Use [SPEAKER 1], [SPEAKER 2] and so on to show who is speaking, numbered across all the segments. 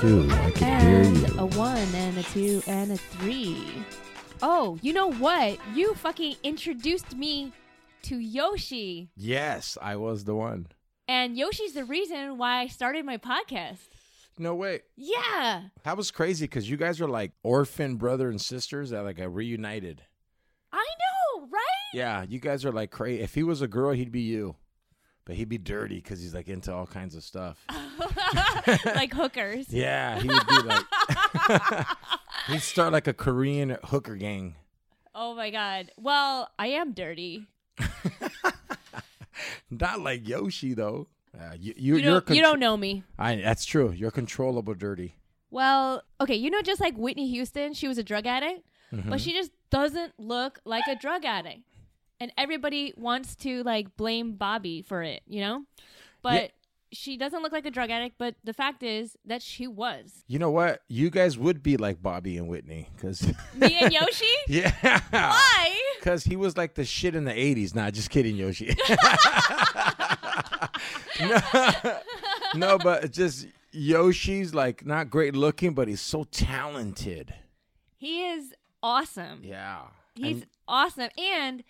[SPEAKER 1] two. I can
[SPEAKER 2] and
[SPEAKER 1] hear you.
[SPEAKER 2] a one and a two and a three.
[SPEAKER 3] Oh, you know what? You fucking introduced me to Yoshi,
[SPEAKER 4] Yes, I was the one.
[SPEAKER 3] and Yoshi's the reason why I started my podcast.
[SPEAKER 4] No way.
[SPEAKER 3] Yeah.
[SPEAKER 4] That was crazy because you guys are like orphan brother and sisters that like are reunited.
[SPEAKER 3] I know, right?
[SPEAKER 4] Yeah, you guys are like crazy. If he was a girl, he'd be you, but he'd be dirty because he's like into all kinds of stuff.
[SPEAKER 3] like hookers.
[SPEAKER 4] Yeah, he would be like. he'd start like a Korean hooker gang.
[SPEAKER 3] Oh my god. Well, I am dirty.
[SPEAKER 4] Not like Yoshi though. Uh, you, you,
[SPEAKER 3] You
[SPEAKER 4] are
[SPEAKER 3] don't, you don't know me.
[SPEAKER 4] I, that's true. You're controllable dirty.
[SPEAKER 3] Well, okay, you know just like Whitney Houston, she was a drug addict, but she just doesn't look like a drug addict. And everybody wants to like blame Bobby for it, you know? But she doesn't look like a drug addict, but the fact is that she was.
[SPEAKER 4] You know what? You guys would be like Bobby and Whitney because.
[SPEAKER 3] Me and Yoshi?
[SPEAKER 4] yeah.
[SPEAKER 3] Why?
[SPEAKER 4] Because he was like the shit in the 80s. Nah, just kidding, Yoshi. no, no, but just Yoshi's like not great looking, but he's so talented.
[SPEAKER 3] He is awesome.
[SPEAKER 4] Yeah.
[SPEAKER 3] He's
[SPEAKER 4] And-
[SPEAKER 3] awesome. And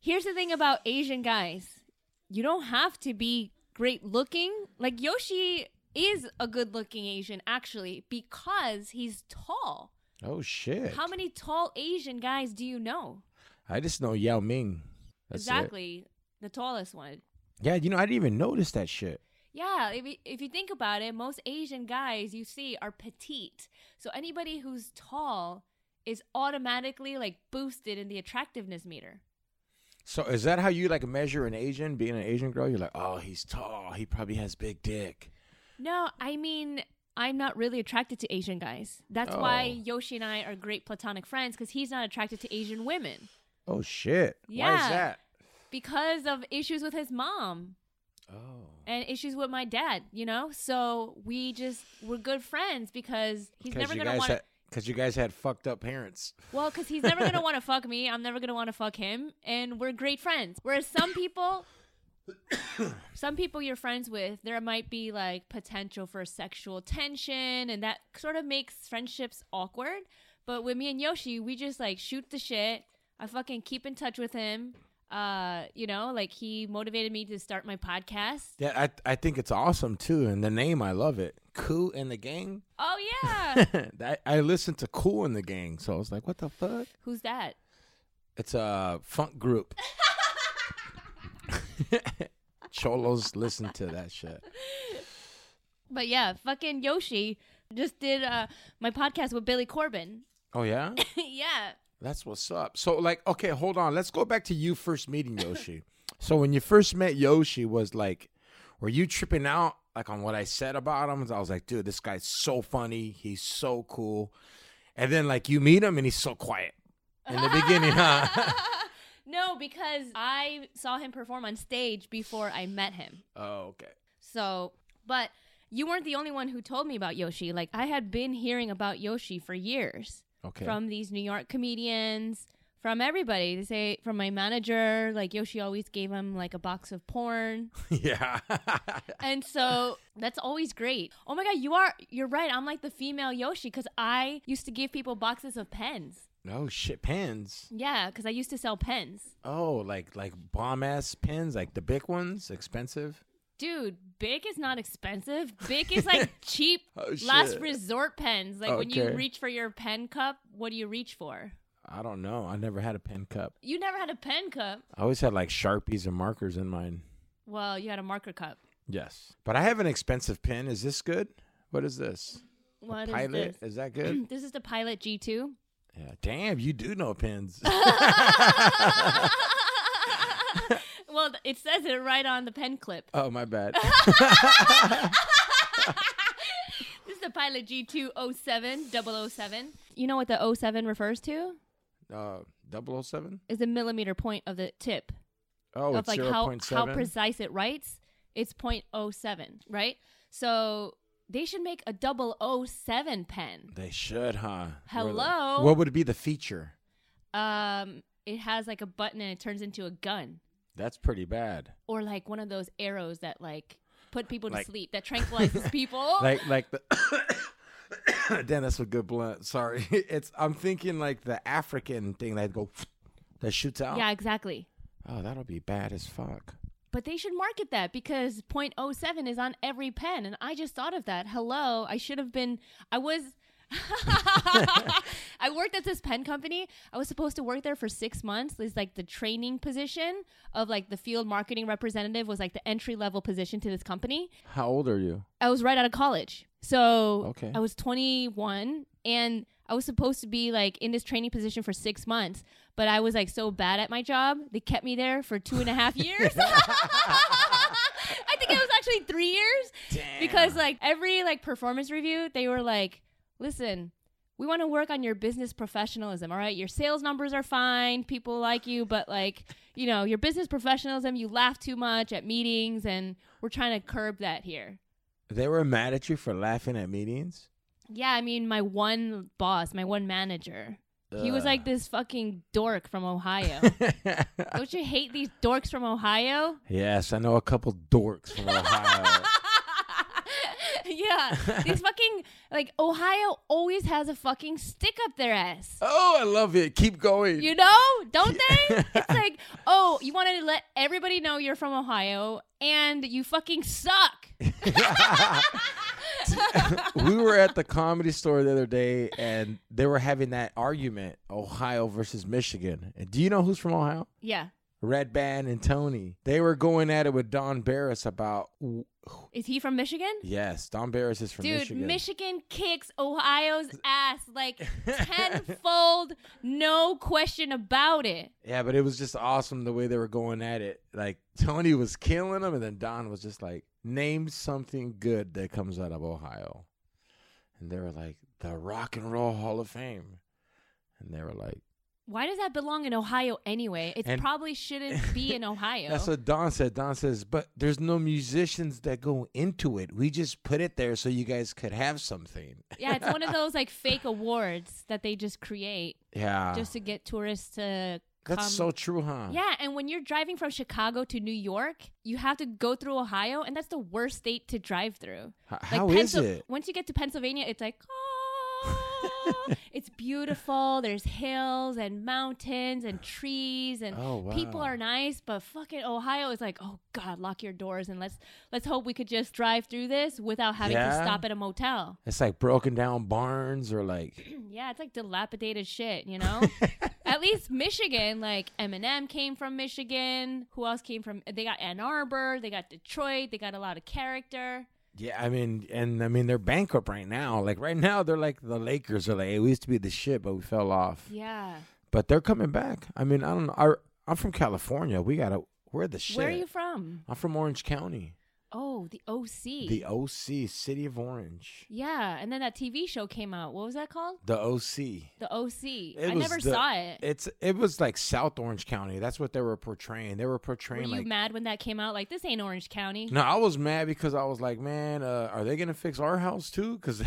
[SPEAKER 3] here's the thing about Asian guys you don't have to be great looking. Like Yoshi is a good looking Asian, actually, because he's tall.
[SPEAKER 4] oh, shit.
[SPEAKER 3] How many tall Asian guys do you know?
[SPEAKER 4] I just know Yao Ming. That's it.
[SPEAKER 3] exactly. The tallest one.
[SPEAKER 4] Yeah, you know, I didn't even notice that shit.
[SPEAKER 3] Yeah, if you, if you think about it, most Asian guys you see are petite. So anybody who's tall is automatically like boosted in the attractiveness meter.
[SPEAKER 4] So is that how you like measure an Asian, being an Asian girl? You're like, oh, he's tall. He probably has big dick.
[SPEAKER 3] No, I mean, I'm not really attracted to Asian guys. That's why
[SPEAKER 4] Oh.
[SPEAKER 3] Yoshi and I are great platonic friends because he's not attracted to Asian women
[SPEAKER 4] Oh, shit. Why
[SPEAKER 3] Yeah.
[SPEAKER 4] is that?
[SPEAKER 3] because of issues with his mom
[SPEAKER 4] Oh.
[SPEAKER 3] and issues with my dad, you know? So we just, we're good friends because he's never
[SPEAKER 4] you
[SPEAKER 3] going to
[SPEAKER 4] guys
[SPEAKER 3] want to.
[SPEAKER 4] had- 'cause you guys had fucked up parents.
[SPEAKER 3] Well, because he's never gonna want to fuck me. I'm never gonna want to fuck him, and we're great friends. Whereas some people, some people you're friends with, there might be like potential for sexual tension, and that sort of makes friendships awkward. But with me and Yoshi, we just like shoot the shit. I fucking keep in touch with him. Uh, you know, like he motivated me to start my podcast.
[SPEAKER 4] Yeah, I I think it's awesome too, and the name I love it. Cool and the Gang.
[SPEAKER 3] Oh yeah,
[SPEAKER 4] I, I listened to Cool and the Gang, so I was like, what the fuck?
[SPEAKER 3] who's that?
[SPEAKER 4] It's a funk group. Cholos listen to that shit.
[SPEAKER 3] But yeah, fucking Yoshi just did uh my podcast with Billy Corbin.
[SPEAKER 4] Oh yeah,
[SPEAKER 3] yeah.
[SPEAKER 4] that's what's up. So like, okay, hold on. Let's go back to you first meeting Yoshi. so when you first met Yoshi, was like, were you tripping out like on what I said about him? I was like, dude, this guy's so funny. He's so cool. And then like you meet him and he's so quiet in the beginning, huh?
[SPEAKER 3] No, because I saw him perform on stage before I met him.
[SPEAKER 4] Oh, okay.
[SPEAKER 3] So, but you weren't the only one who told me about Yoshi. Like, I had been hearing about Yoshi for years
[SPEAKER 4] Okay.
[SPEAKER 3] from these New York comedians, from everybody. They say, from my manager, like, Yoshi always gave him like a box of porn.
[SPEAKER 4] yeah.
[SPEAKER 3] and so that's always great. Oh my God, you are, you're right. I'm like the female Yoshi because I used to give people boxes of pens.
[SPEAKER 4] no shit pens.
[SPEAKER 3] Yeah, because I used to sell pens.
[SPEAKER 4] Oh, like like bomb ass pens, like the big ones, expensive.
[SPEAKER 3] Dude, Bic is not expensive. Bic is like cheap
[SPEAKER 4] Oh,
[SPEAKER 3] last
[SPEAKER 4] shit.
[SPEAKER 3] resort pens. Like when you
[SPEAKER 4] Okay.
[SPEAKER 3] reach for your pen cup, what do you reach for?
[SPEAKER 4] I don't know. I never had a pen cup.
[SPEAKER 3] You never had a pen cup.
[SPEAKER 4] I always had like sharpies and markers in mine.
[SPEAKER 3] Well, you had a marker cup.
[SPEAKER 4] Yes, but I have an expensive pen. Is this good? What is this? A
[SPEAKER 3] What is
[SPEAKER 4] Pilot?
[SPEAKER 3] this?
[SPEAKER 4] that good?
[SPEAKER 3] This is the Pilot G2.
[SPEAKER 4] yeah. Damn, you do know pens.
[SPEAKER 3] Well, th- it says it right on the pen clip.
[SPEAKER 4] oh my bad.
[SPEAKER 3] This is the Pilot oh G2 07 007. You know what the 07 refers to?
[SPEAKER 4] Uh, 007?
[SPEAKER 3] Is the millimeter point of the tip.
[SPEAKER 4] Oh,
[SPEAKER 3] of
[SPEAKER 4] it's
[SPEAKER 3] like
[SPEAKER 4] zero
[SPEAKER 3] how,
[SPEAKER 4] point
[SPEAKER 3] how
[SPEAKER 4] seven.
[SPEAKER 3] precise it writes, it's 0.07, right? So they should make a 007 pen.
[SPEAKER 4] they should, huh? Where the-
[SPEAKER 3] Hello?
[SPEAKER 4] What would be the feature?
[SPEAKER 3] Um, it has like a button and it turns into a gun
[SPEAKER 4] That's pretty bad.
[SPEAKER 3] or like one of those arrows that like put people to
[SPEAKER 4] Like-
[SPEAKER 3] sleep, that tranquilizes people.
[SPEAKER 4] like like the damn that's a good blunt sorry it's i'm thinking like the african thing that go that shoots out
[SPEAKER 3] yeah, exactly.
[SPEAKER 4] oh that'll be bad as fuck
[SPEAKER 3] But they should market that because 0.07 is on every pen. And I just thought of that. Hello, I should have been, I was. I worked at this pen company. I was supposed to work there for six months. It's like the training position of like the field marketing representative was like the entry level position to this company.
[SPEAKER 4] how old are you
[SPEAKER 3] I was right out of college. So
[SPEAKER 4] Okay.
[SPEAKER 3] I was 21 and I was supposed to be like in this training position for six months, but I was like so bad at my job. They kept me there for two and a half years. I think it was actually three years because like every like performance review, they were like, listen, we want to work on your business professionalism. All right. Your sales numbers are fine. People like you, but like, you know, your business professionalism, you laugh too much at meetings and we're trying to curb that here.
[SPEAKER 4] they were mad at you for laughing at meetings
[SPEAKER 3] Yeah, I mean, my one boss, my one manager,
[SPEAKER 4] Uh,
[SPEAKER 3] he was like this fucking dork from Ohio. Don't you hate these dorks from Ohio?
[SPEAKER 4] yes i know a couple dorks from ohio
[SPEAKER 3] yeah, these fucking, like, Ohio always has a fucking stick up their ass.
[SPEAKER 4] oh i love it keep going
[SPEAKER 3] You know, don't they? It's like, oh, you want to let everybody know you're from Ohio and you fucking suck.
[SPEAKER 4] we were at the comedy store the other day and they were having that argument ohio versus michigan and do you know who's from ohio
[SPEAKER 3] Yeah.
[SPEAKER 4] Red Band and Tony. They were going at it with Don Barris about
[SPEAKER 3] Is he from Michigan?
[SPEAKER 4] yes, Don Barris is from
[SPEAKER 3] Dude,
[SPEAKER 4] Michigan.
[SPEAKER 3] Michigan. kicks Ohio's ass like tenfold, no question about it.
[SPEAKER 4] yeah, but it was just awesome the way they were going at it. Like Tony was killing him and then Don was just like, "Name something good that comes out of Ohio." And they were like, "The Rock and Roll Hall of Fame." And they were like,
[SPEAKER 3] Why does that belong in Ohio anyway? It
[SPEAKER 4] And-
[SPEAKER 3] probably shouldn't be in Ohio.
[SPEAKER 4] That's what Don said. Don says, but there's no musicians that go into it. We just put it there so you guys could have something.
[SPEAKER 3] yeah, it's one of those like fake awards that they just create
[SPEAKER 4] Yeah.
[SPEAKER 3] just to get tourists to
[SPEAKER 4] That's
[SPEAKER 3] come.
[SPEAKER 4] so true, huh?
[SPEAKER 3] Yeah, and when you're driving from Chicago to New York, you have to go through Ohio, and that's the worst state to drive through.
[SPEAKER 4] H-
[SPEAKER 3] Like
[SPEAKER 4] how is
[SPEAKER 3] Pensil-
[SPEAKER 4] it?
[SPEAKER 3] Once you get to Pennsylvania, it's like, oh, it's beautiful. There's hills and mountains and trees and
[SPEAKER 4] Oh, wow.
[SPEAKER 3] people are nice. But fucking Ohio is like, oh god, lock your doors and let's let's hope we could just drive through this without having to
[SPEAKER 4] Yeah.
[SPEAKER 3] stop at a motel.
[SPEAKER 4] It's like broken down barns or like
[SPEAKER 3] yeah, it's like dilapidated shit, you know. At least Michigan, like Eminem came from Michigan. Who else came from? They got Ann Arbor. They got Detroit. They got a lot of character.
[SPEAKER 4] yeah, I mean, and I mean they're bankrupt right now. Like right now, they're like the Lakers are like, hey, we used to be the shit, but we fell off.
[SPEAKER 3] Yeah.
[SPEAKER 4] But they're coming back. I mean, I don't know. I, I'm from California. We gotta we're the shit.
[SPEAKER 3] Where are you from?
[SPEAKER 4] I'm from Orange County,
[SPEAKER 3] Oh, the OC.
[SPEAKER 4] the OC, City of Orange,
[SPEAKER 3] yeah, and then that TV show came out. What was that called?
[SPEAKER 4] the OC.
[SPEAKER 3] The OC.
[SPEAKER 4] It
[SPEAKER 3] I
[SPEAKER 4] was
[SPEAKER 3] never
[SPEAKER 4] the-
[SPEAKER 3] saw it.
[SPEAKER 4] It's it was like South Orange County. That's what they were portraying. They were
[SPEAKER 3] Were
[SPEAKER 4] portraying
[SPEAKER 3] you
[SPEAKER 4] like
[SPEAKER 3] mad when that came out? Like this ain't Orange County.
[SPEAKER 4] No, I was mad because I was like, man, uh, are they gonna fix our house too? Because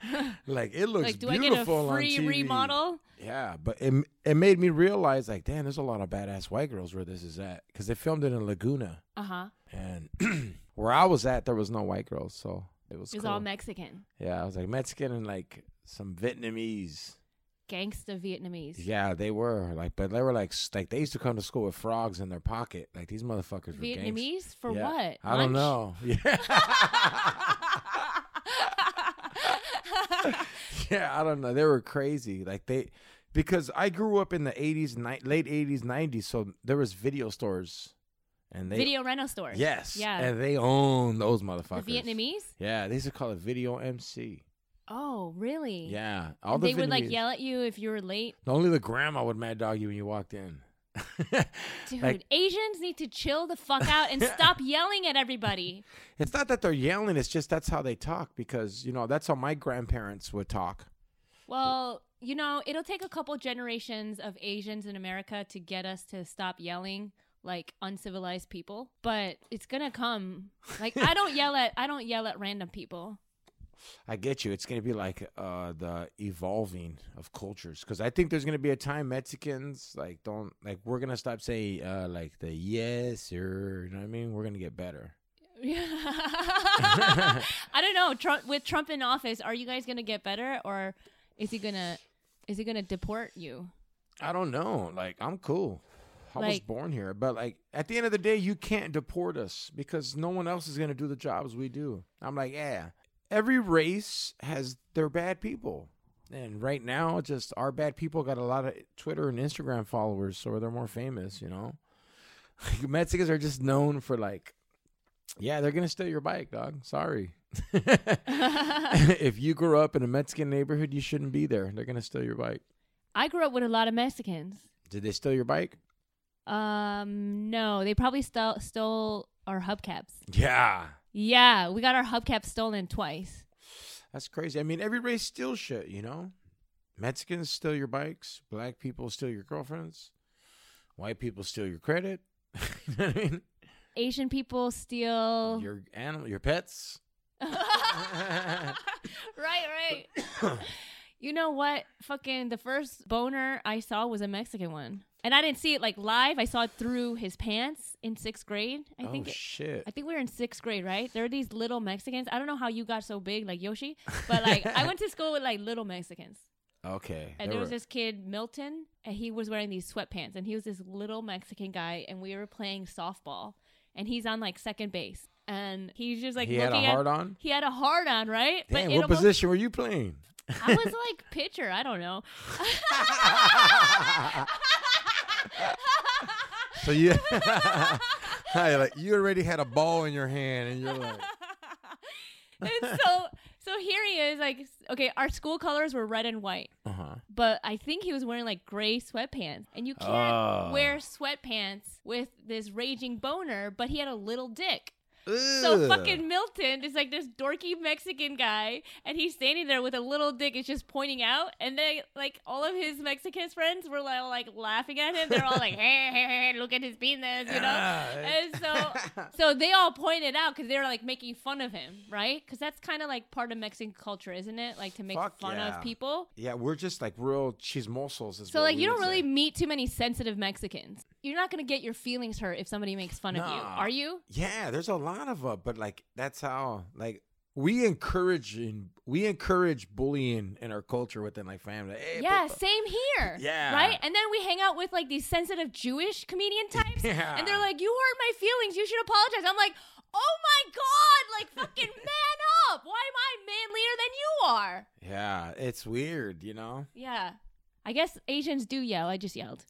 [SPEAKER 4] like it looks
[SPEAKER 3] like, do I get a
[SPEAKER 4] beautiful
[SPEAKER 3] free
[SPEAKER 4] on TV.
[SPEAKER 3] remodel?
[SPEAKER 4] Yeah, but it it made me realize like, damn, there's a lot of badass white girls where this is at because they filmed it in Laguna
[SPEAKER 3] Uh huh.
[SPEAKER 4] and where I was at, there was no white girls, so it was
[SPEAKER 3] It was
[SPEAKER 4] cool.
[SPEAKER 3] all Mexican,
[SPEAKER 4] yeah, I was like Mexican and like some Vietnamese.
[SPEAKER 3] gangsta Vietnamese.
[SPEAKER 4] Yeah, they were like, but they were like, s- like they used to come to school with frogs in their pocket. Like these motherfuckers were gangsters.
[SPEAKER 3] Vietnamese for
[SPEAKER 4] Yeah.
[SPEAKER 3] what?
[SPEAKER 4] I don't know.
[SPEAKER 3] Lunch?
[SPEAKER 4] Yeah. yeah, I don't know. They were crazy. Like they because I grew up in the 80s, ni- late 80s, 90s, so there was video stores and they
[SPEAKER 3] Video rental store.
[SPEAKER 4] Yes.
[SPEAKER 3] Yeah.
[SPEAKER 4] And they own those motherfuckers.
[SPEAKER 3] the Vietnamese.
[SPEAKER 4] Yeah, they used to call it video MC.
[SPEAKER 3] Oh, really?
[SPEAKER 4] Yeah. All
[SPEAKER 3] And
[SPEAKER 4] the
[SPEAKER 3] they would like
[SPEAKER 4] Vietnamese-
[SPEAKER 3] yell at you if you were late.
[SPEAKER 4] Only the grandma would mad dog you when you walked in.
[SPEAKER 3] Dude,
[SPEAKER 4] Like-
[SPEAKER 3] Asians need to chill the fuck out and stop yelling at everybody.
[SPEAKER 4] It's not that they're yelling, it's just that's how they talk because, you know, that's how my grandparents would talk.
[SPEAKER 3] Well, you know, it'll take a couple generations of Asians in America to get us to stop yelling like uncivilized people, but it's going to come. Like I don't yell at I don't yell at random people.
[SPEAKER 4] I get you. It's going to be like uh, the evolving of cultures because I think there's going to be a time Mexicans like don't like we're going to stop saying uh, like the yes or you know what I mean. We're going to get better.
[SPEAKER 3] I don't know. Trump, with Trump in office, are you guys gonna get better, or is he gonna is he gonna deport you?
[SPEAKER 4] I don't know. Like I'm cool. I was
[SPEAKER 3] Like-
[SPEAKER 4] born here, but like at the end of the day, you can't deport us because no one else is gonna do the jobs we do. I'm like, yeah. Every race has their bad people, and right now, just our bad people got a lot of Twitter and Instagram followers, so they're more famous. You know, Mexicans are just known for like, yeah, they're gonna steal your bike, dog. Sorry. if you grew up in a Mexican neighborhood, you shouldn't be there. They're gonna steal your bike.
[SPEAKER 3] I grew up with a lot of Mexicans.
[SPEAKER 4] Did they steal your bike?
[SPEAKER 3] Um, no, they probably stole stole our hubcaps.
[SPEAKER 4] Yeah.
[SPEAKER 3] Yeah, we got our hubcaps stolen twice.
[SPEAKER 4] That's crazy. I mean, every race steals shit, you know? Mexicans steal your bikes. Black people steal your girlfriends. White people steal your credit. you know what I mean?
[SPEAKER 3] Asian people steal.
[SPEAKER 4] Your animal, your pets.
[SPEAKER 3] right, right. you know what? Fucking the first boner I saw was a Mexican one, and I didn't see it like live. I saw it through his pants in sixth grade. I
[SPEAKER 4] oh,
[SPEAKER 3] think. it-
[SPEAKER 4] shit.
[SPEAKER 3] I think we were in sixth grade, right? There were these little Mexicans. I don't know how you got so big, like Yoshi, but like I went to school with like little Mexicans,
[SPEAKER 4] okay.
[SPEAKER 3] and
[SPEAKER 4] they
[SPEAKER 3] there was
[SPEAKER 4] were-
[SPEAKER 3] this kid Milton, and he was wearing these sweatpants, and he was this little Mexican guy, and we were playing softball, and he's on like second base, and he's just like
[SPEAKER 4] he had
[SPEAKER 3] looking
[SPEAKER 4] a
[SPEAKER 3] at
[SPEAKER 4] hard on?
[SPEAKER 3] he had a hard on, right?
[SPEAKER 4] Damn,
[SPEAKER 3] it
[SPEAKER 4] what
[SPEAKER 3] almost-
[SPEAKER 4] position were you playing?
[SPEAKER 3] I was like pitcher. I don't know.
[SPEAKER 4] so you, Hey, like, you already had a ball in your hand and you're like,
[SPEAKER 3] and so, so here he is. Like, okay, our school colors were red and white,
[SPEAKER 4] uh huh.
[SPEAKER 3] but I think he was wearing like gray sweatpants, and you can't
[SPEAKER 4] Oh.
[SPEAKER 3] wear sweatpants with this raging boner. But he had a little dick. So fucking Milton is like this dorky Mexican guy, and he's standing there with a little dick. It's just pointing out, and they like all of his Mexican friends were like, all, like laughing at him. They're all like, "Hey, hey, hey, look at his penis," you know. And so, so they all pointed out because they were like making fun of him, right? Because that's kind of like part of Mexican culture, isn't it? Like to make
[SPEAKER 4] Fuck
[SPEAKER 3] fun
[SPEAKER 4] yeah.
[SPEAKER 3] of people.
[SPEAKER 4] Yeah, we're just like real chismosos. Is
[SPEAKER 3] So
[SPEAKER 4] what
[SPEAKER 3] like
[SPEAKER 4] we
[SPEAKER 3] you don't
[SPEAKER 4] would say.
[SPEAKER 3] really meet too many sensitive Mexicans. You're not gonna get your feelings hurt if somebody makes fun of you,
[SPEAKER 4] Nah.
[SPEAKER 3] are you?
[SPEAKER 4] Yeah, there's a lot of them, but like that's how like we encourage and we encourage bullying in our culture within like family. Hey, put
[SPEAKER 3] Yeah,
[SPEAKER 4] the-
[SPEAKER 3] same here.
[SPEAKER 4] Yeah.
[SPEAKER 3] Right? And then we hang out with like these sensitive Jewish comedian types.
[SPEAKER 4] Yeah.
[SPEAKER 3] And they're like, You hurt my feelings. You should apologize. I'm like, Oh my God. Like, fucking man up. Why am I manlier than you are?
[SPEAKER 4] yeah, it's weird, you know.
[SPEAKER 3] Yeah. I guess Asians do yell. I just yelled.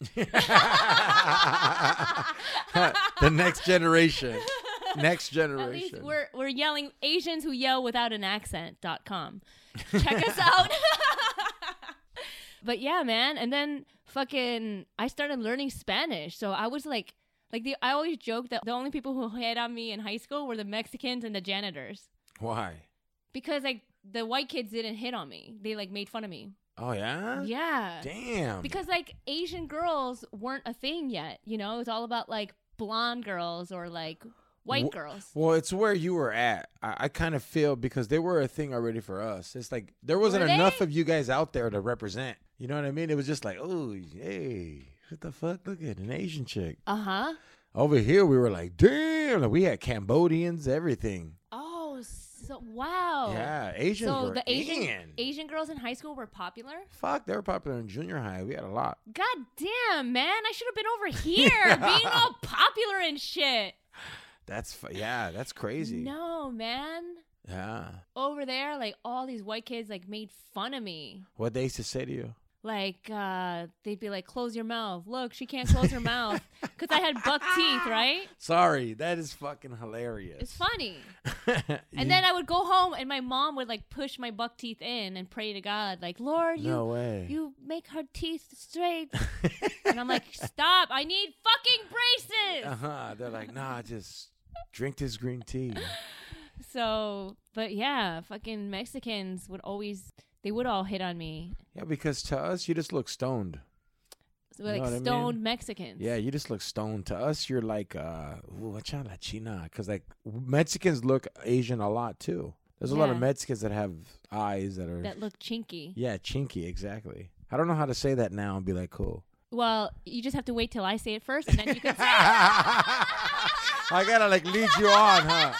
[SPEAKER 4] the next generation, next
[SPEAKER 3] At least
[SPEAKER 4] generation.
[SPEAKER 3] we're, we're yelling Asians who yell without an accent.com. Check us out. but yeah, man. And then fucking, I started learning Spanish. So I was like, like the, I always joke that the only people who hit on me in high school were the Mexicans and the janitors
[SPEAKER 4] Why?
[SPEAKER 3] because like the white kids didn't hit on me. They like made fun of me.
[SPEAKER 4] Oh yeah.
[SPEAKER 3] Yeah.
[SPEAKER 4] Damn.
[SPEAKER 3] Because like Asian girls weren't a thing yet, you know? It's all about like blonde girls or like white
[SPEAKER 4] Wh-
[SPEAKER 3] girls.
[SPEAKER 4] Well, it's where you were at. I, I kind of feel because they were a thing already for us. It's like there wasn't
[SPEAKER 3] Were they?
[SPEAKER 4] enough of you guys out there to represent. You know what I mean? It was just like, oh, hey, what the fuck? Look at an Asian chick.
[SPEAKER 3] Uh huh.
[SPEAKER 4] Over here, we were like, damn, like, we had Cambodians, everything.
[SPEAKER 3] Oh, so wow.
[SPEAKER 4] Yeah, Asians
[SPEAKER 3] Oh. So
[SPEAKER 4] were
[SPEAKER 3] the Asian
[SPEAKER 4] in.
[SPEAKER 3] Asian girls in high school were popular.
[SPEAKER 4] Fuck, they were popular in junior high. We had a lot.
[SPEAKER 3] God damn, man! I should have been over here being all popular and shit.
[SPEAKER 4] That's fu- yeah, that's crazy.
[SPEAKER 3] No, man.
[SPEAKER 4] Yeah,
[SPEAKER 3] Over there, like all these white kids, like made fun of me.
[SPEAKER 4] what they used to say to you?
[SPEAKER 3] Like uh, they'd be like, "Close your mouth! Look, she can't close her mouth because I had buck teeth, right?"
[SPEAKER 4] Sorry, that is fucking hilarious.
[SPEAKER 3] It's funny.
[SPEAKER 4] fun.
[SPEAKER 3] And then I would go home, and my mom would like push my buck teeth in and pray to God, like, "Lord, you
[SPEAKER 4] no way.
[SPEAKER 3] you make her teeth straight." and I'm like, "Stop! I need fucking braces."
[SPEAKER 4] Uh huh. They're like, nah, just drink this green tea.
[SPEAKER 3] So, but yeah, fucking Mexicans would always they would all hit on me.
[SPEAKER 4] Yeah, because to us, you just look stoned.
[SPEAKER 3] So we're
[SPEAKER 4] You know what I
[SPEAKER 3] like
[SPEAKER 4] mean?
[SPEAKER 3] stoned Mexicans.
[SPEAKER 4] Yeah, you just look stoned. To us, you're like, uh, ooh, what's your Latina? Because like Mexicans look Asian a lot too. There's a lot of
[SPEAKER 3] Yeah.
[SPEAKER 4] Mexicans that have eyes that are,
[SPEAKER 3] That look chinky.
[SPEAKER 4] yeah, chinky. Exactly. I don't know how to say that now and be like cool.
[SPEAKER 3] Well, you just have to wait till I say it first and then you can say
[SPEAKER 4] I gotta like lead you on, huh?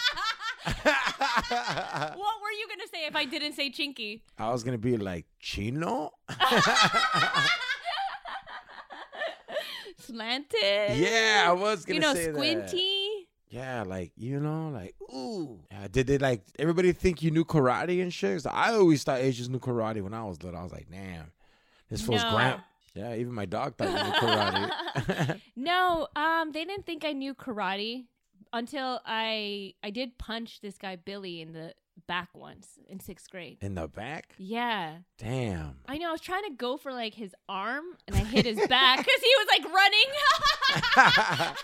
[SPEAKER 3] What were you gonna say if I didn't say chinky?
[SPEAKER 4] I was gonna be like Chino.
[SPEAKER 3] Slanted.
[SPEAKER 4] Yeah, I was gonna
[SPEAKER 3] You know,
[SPEAKER 4] say that.
[SPEAKER 3] squinty.
[SPEAKER 4] Yeah, like you know, like ooh. Yeah, did they like everybody think you knew karate and shit? 'Cause I always thought Asians knew karate when I was little. I was like, damn, this fool's
[SPEAKER 3] No.
[SPEAKER 4] grand. Yeah, even my dog thought he knew karate.
[SPEAKER 3] No, um, they didn't think I knew karate until I I did punch this guy Billy in the back once in sixth grade.
[SPEAKER 4] In the back,
[SPEAKER 3] Yeah,
[SPEAKER 4] damn.
[SPEAKER 3] I know. I was trying to go for like his arm, and I hit his back because he was like running.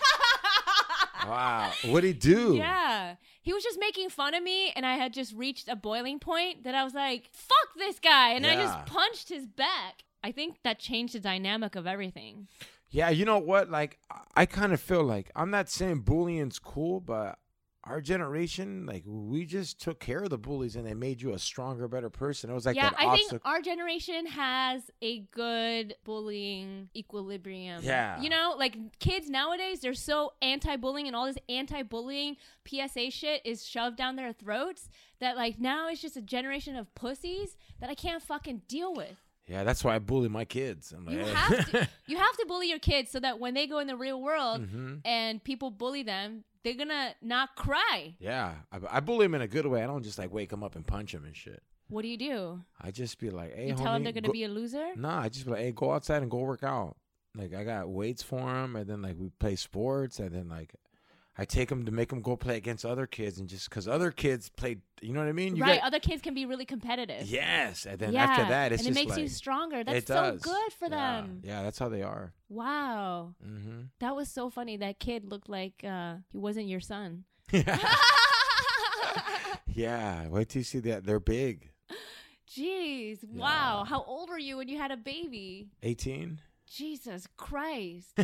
[SPEAKER 4] wow, what'd he do?
[SPEAKER 3] yeah, he was just making fun of me, and I had just reached a boiling point that I was like, "Fuck this guy," and I
[SPEAKER 4] Yeah.
[SPEAKER 3] just punched his back. I think that changed the dynamic of everything.
[SPEAKER 4] Yeah, you know what? Like, I- I kind of feel like I'm not saying bullying's cool, but our generation, like, we just took care of the bullies and they made you a stronger, better person. It was like
[SPEAKER 3] yeah,
[SPEAKER 4] that
[SPEAKER 3] I
[SPEAKER 4] obstacle.
[SPEAKER 3] think our generation has a good bullying equilibrium.
[SPEAKER 4] Yeah.
[SPEAKER 3] You know, like kids nowadays, they're so anti bullying and all this anti bullying PSA shit is shoved down their throats that, like, now it's just a generation of pussies that I can't fucking deal with.
[SPEAKER 4] yeah, that's why I bully my kids. I'm like,
[SPEAKER 3] You
[SPEAKER 4] "Hey."
[SPEAKER 3] have to, you have to bully your kids so that when they go in the real world
[SPEAKER 4] Mhm.
[SPEAKER 3] and people bully them, they're gonna not cry.
[SPEAKER 4] Yeah, I, I bully him in a good way. I don't just like wake him up and punch him and shit.
[SPEAKER 3] What do you do?
[SPEAKER 4] I just be like, hey,
[SPEAKER 3] you tell them
[SPEAKER 4] homie,
[SPEAKER 3] they're gonna
[SPEAKER 4] go- Mm,
[SPEAKER 3] be a loser?
[SPEAKER 4] Nah, I just be like, hey, go outside and go work out. Like I got weights for him, and then like we play sports, and then like I take him to make him go play against other kids, and just because other kids play, you know what I mean? You
[SPEAKER 3] right.
[SPEAKER 4] got-
[SPEAKER 3] Other kids can be really competitive.
[SPEAKER 4] yes, and then after that, it's
[SPEAKER 3] and
[SPEAKER 4] just
[SPEAKER 3] it makes
[SPEAKER 4] like
[SPEAKER 3] you stronger. That's
[SPEAKER 4] it does.
[SPEAKER 3] so good for
[SPEAKER 4] Yeah.
[SPEAKER 3] them.
[SPEAKER 4] Yeah, that's how they are.
[SPEAKER 3] Wow,
[SPEAKER 4] Mm-hmm.
[SPEAKER 3] that was so funny. That kid looked like uh, he wasn't your son.
[SPEAKER 4] Yeah, yeah. Wait till you see that they're big.
[SPEAKER 3] Jeez, wow. How old were you when you had a baby?
[SPEAKER 4] Eighteen.
[SPEAKER 3] Jesus Christ,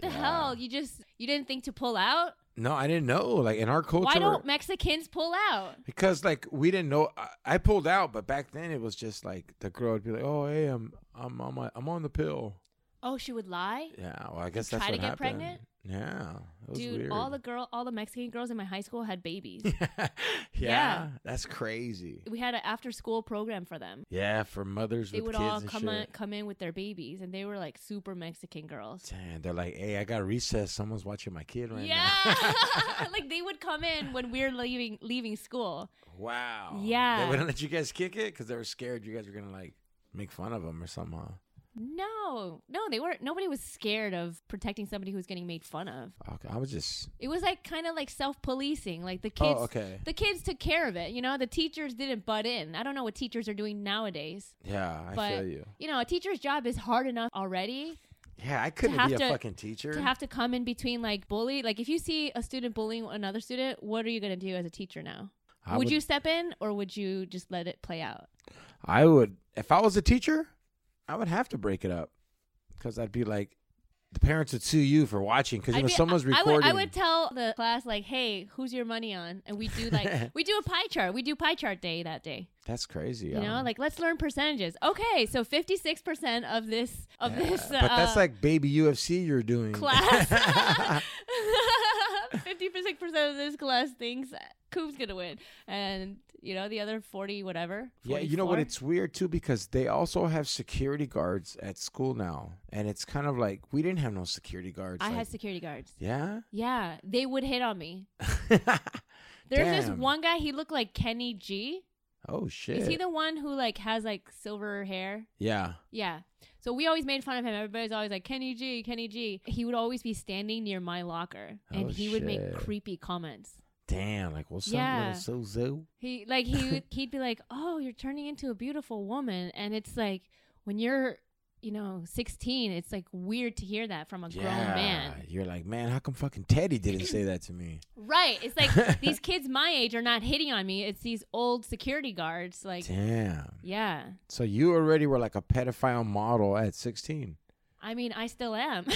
[SPEAKER 3] the hell? You just you didn't think to pull out?
[SPEAKER 4] no, I didn't know. Like in our culture,
[SPEAKER 3] Why don't Mexicans pull out?
[SPEAKER 4] because like we didn't know I, I pulled out but back then it was just like the girl would be like oh hey i'm i'm on my i'm on the pill
[SPEAKER 3] Oh, she would lie.
[SPEAKER 4] yeah well i guess
[SPEAKER 3] try
[SPEAKER 4] that's
[SPEAKER 3] to
[SPEAKER 4] what
[SPEAKER 3] get
[SPEAKER 4] happened
[SPEAKER 3] pregnant?
[SPEAKER 4] yeah it was
[SPEAKER 3] Dude,
[SPEAKER 4] weird.
[SPEAKER 3] all the girl, all the Mexican girls in my high school had babies.
[SPEAKER 4] yeah,
[SPEAKER 3] Yeah.
[SPEAKER 4] that's crazy
[SPEAKER 3] we had an after-school program for them.
[SPEAKER 4] yeah for mothers
[SPEAKER 3] They
[SPEAKER 4] with
[SPEAKER 3] would
[SPEAKER 4] kids
[SPEAKER 3] all
[SPEAKER 4] and
[SPEAKER 3] come
[SPEAKER 4] shit.
[SPEAKER 3] in, come in with their babies, and they were like super Mexican girls.
[SPEAKER 4] Damn, they're like hey i got recess someone's watching my kid right
[SPEAKER 3] yeah
[SPEAKER 4] now
[SPEAKER 3] like they would come in when we're leaving leaving school
[SPEAKER 4] wow
[SPEAKER 3] Yeah.
[SPEAKER 4] they wouldn't let you guys kick it because they were scared you guys were gonna like make fun of them or somehow
[SPEAKER 3] no no they weren't nobody was scared of protecting somebody who's getting made fun of
[SPEAKER 4] okay i was just
[SPEAKER 3] it was like kind of like self-policing like the kids
[SPEAKER 4] oh okay
[SPEAKER 3] the kids took care of it you know the teachers didn't butt in i don't know what teachers are doing nowadays
[SPEAKER 4] yeah i
[SPEAKER 3] but
[SPEAKER 4] feel you
[SPEAKER 3] you know a teacher's job is hard enough already
[SPEAKER 4] yeah i couldn't
[SPEAKER 3] have
[SPEAKER 4] be a
[SPEAKER 3] to-
[SPEAKER 4] fucking teacher
[SPEAKER 3] to have to come in between like bully like if you see a student bullying another student what are you going to do as a teacher now
[SPEAKER 4] I
[SPEAKER 3] would you step in or would you just let it play out
[SPEAKER 4] I would, if I was a teacher, I would have to break it up because I'd be like, the parents would sue you for watching because you
[SPEAKER 3] I'd
[SPEAKER 4] know
[SPEAKER 3] be-
[SPEAKER 4] someone's
[SPEAKER 3] I-
[SPEAKER 4] recording.
[SPEAKER 3] I would, I would tell the class like, "Hey, who's your money on?" And we do like we do a pie chart. We do pie chart day that day.
[SPEAKER 4] That's crazy.
[SPEAKER 3] You know, like let's learn percentages. Okay, so fifty six percent of this of this. Uh,
[SPEAKER 4] but that's like baby UFC you're doing.
[SPEAKER 3] class. Fifty six percent of this class thinks Coop's gonna win, and you know the other forty whatever.
[SPEAKER 4] yeah, you know what?
[SPEAKER 3] 44.
[SPEAKER 4] It's weird too because they also have security guards at school now, and it's kind of like we didn't have no security guards.
[SPEAKER 3] I
[SPEAKER 4] like-
[SPEAKER 3] had security guards.
[SPEAKER 4] yeah.
[SPEAKER 3] Yeah, they would hit on me. There's this
[SPEAKER 4] Damn.
[SPEAKER 3] one guy. He looked like Kenny G.
[SPEAKER 4] oh shit.
[SPEAKER 3] Is he the one who like has like silver hair?
[SPEAKER 4] yeah.
[SPEAKER 3] Yeah. So we always made fun of him. Everybody's always like, Kenny G, Kenny G. He would always be standing near my locker and
[SPEAKER 4] Oh,
[SPEAKER 3] he would make
[SPEAKER 4] shit.
[SPEAKER 3] creepy comments.
[SPEAKER 4] Damn. Like, what's
[SPEAKER 3] Yeah.
[SPEAKER 4] up, little Suzu?
[SPEAKER 3] He like he would, he'd be like, "Oh, you're turning into a beautiful woman." And it's like when you're, you know, 16, it's like weird to hear that from a grown man.
[SPEAKER 4] You're like, man, how come fucking Teddy didn't say that to me?
[SPEAKER 3] Right. It's like these kids my age are not hitting on me. It's these old security guards like
[SPEAKER 4] Damn.
[SPEAKER 3] yeah.
[SPEAKER 4] So you already were like a pedophile model at 16.
[SPEAKER 3] I mean, I still am.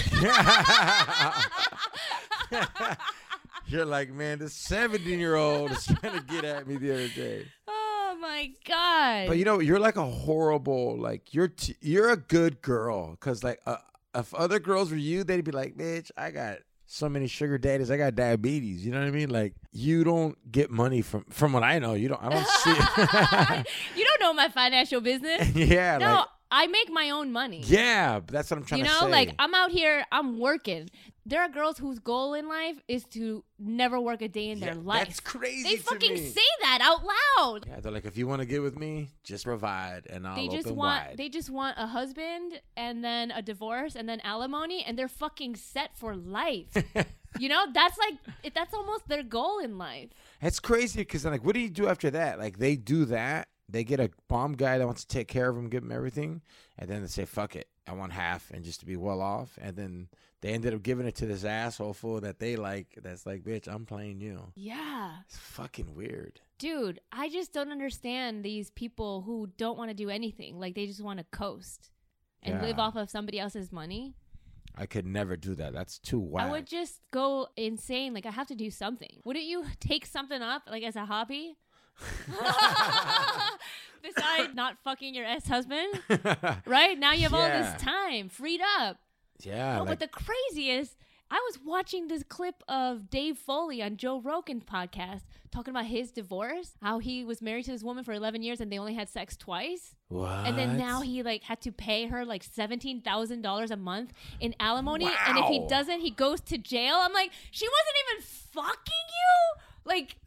[SPEAKER 4] You're like, man, this 17 year old is trying to get at me the other day.
[SPEAKER 3] oh my god.
[SPEAKER 4] But you know, you're like a horrible, like you're t- you're a good girl, cause like uh, if other girls were you, they'd be like, bitch, I got so many sugar daddies. I got diabetes. You know what I mean? Like you don't get money from from what I know. You don't. I don't
[SPEAKER 3] you don't know my financial business.
[SPEAKER 4] see. yeah.
[SPEAKER 3] No,
[SPEAKER 4] Like,
[SPEAKER 3] I make my own money.
[SPEAKER 4] yeah. That's what I'm trying
[SPEAKER 3] you
[SPEAKER 4] to
[SPEAKER 3] know,
[SPEAKER 4] say.
[SPEAKER 3] like I'm out here, I'm working. There are girls whose goal in life is to never work a day in
[SPEAKER 4] Yeah,
[SPEAKER 3] their life.
[SPEAKER 4] That's crazy.
[SPEAKER 3] they
[SPEAKER 4] to
[SPEAKER 3] fucking
[SPEAKER 4] me.
[SPEAKER 3] say that out loud.
[SPEAKER 4] Yeah, they're like, if you want to get with me, just provide, and I'll
[SPEAKER 3] They just
[SPEAKER 4] open
[SPEAKER 3] want
[SPEAKER 4] wide.
[SPEAKER 3] they just want a husband and then a divorce and then alimony and they're fucking set for life. you know, that's like it- that's almost their goal in life.
[SPEAKER 4] That's crazy because like, what do you do after that? Like, they do that, they get a bomb guy that wants to take care of them, give them everything, and then they say, "Fuck it, I want half," and just to be well off, and then they ended up giving it to this asshole fool that they like. That's like, bitch, I'm playing you.
[SPEAKER 3] Yeah.
[SPEAKER 4] It's fucking weird.
[SPEAKER 3] Dude, I just don't understand these people who don't want to do anything. Like they just want to coast and live
[SPEAKER 4] Yeah.
[SPEAKER 3] off of somebody else's money.
[SPEAKER 4] I could never do that. That's too
[SPEAKER 3] I
[SPEAKER 4] wild.
[SPEAKER 3] would just go insane. Like I have to do something. Wouldn't you take something up like as a hobby? Besides not fucking your ex husband, right? Now you have all
[SPEAKER 4] Yeah.
[SPEAKER 3] this time freed up.
[SPEAKER 4] yeah,
[SPEAKER 3] No,
[SPEAKER 4] like,
[SPEAKER 3] Oh, but the craziest, I was watching this clip of Dave Foley on Joe Rogan's podcast talking about his divorce, how he was married to this woman for 11 years and they only had sex twice. And
[SPEAKER 4] what?
[SPEAKER 3] then now he like had to pay her like seventeen thousand dollars a month in alimony, and if he
[SPEAKER 4] Wow.
[SPEAKER 3] doesn't, he goes to jail. I'm like, she wasn't even fucking you. Like,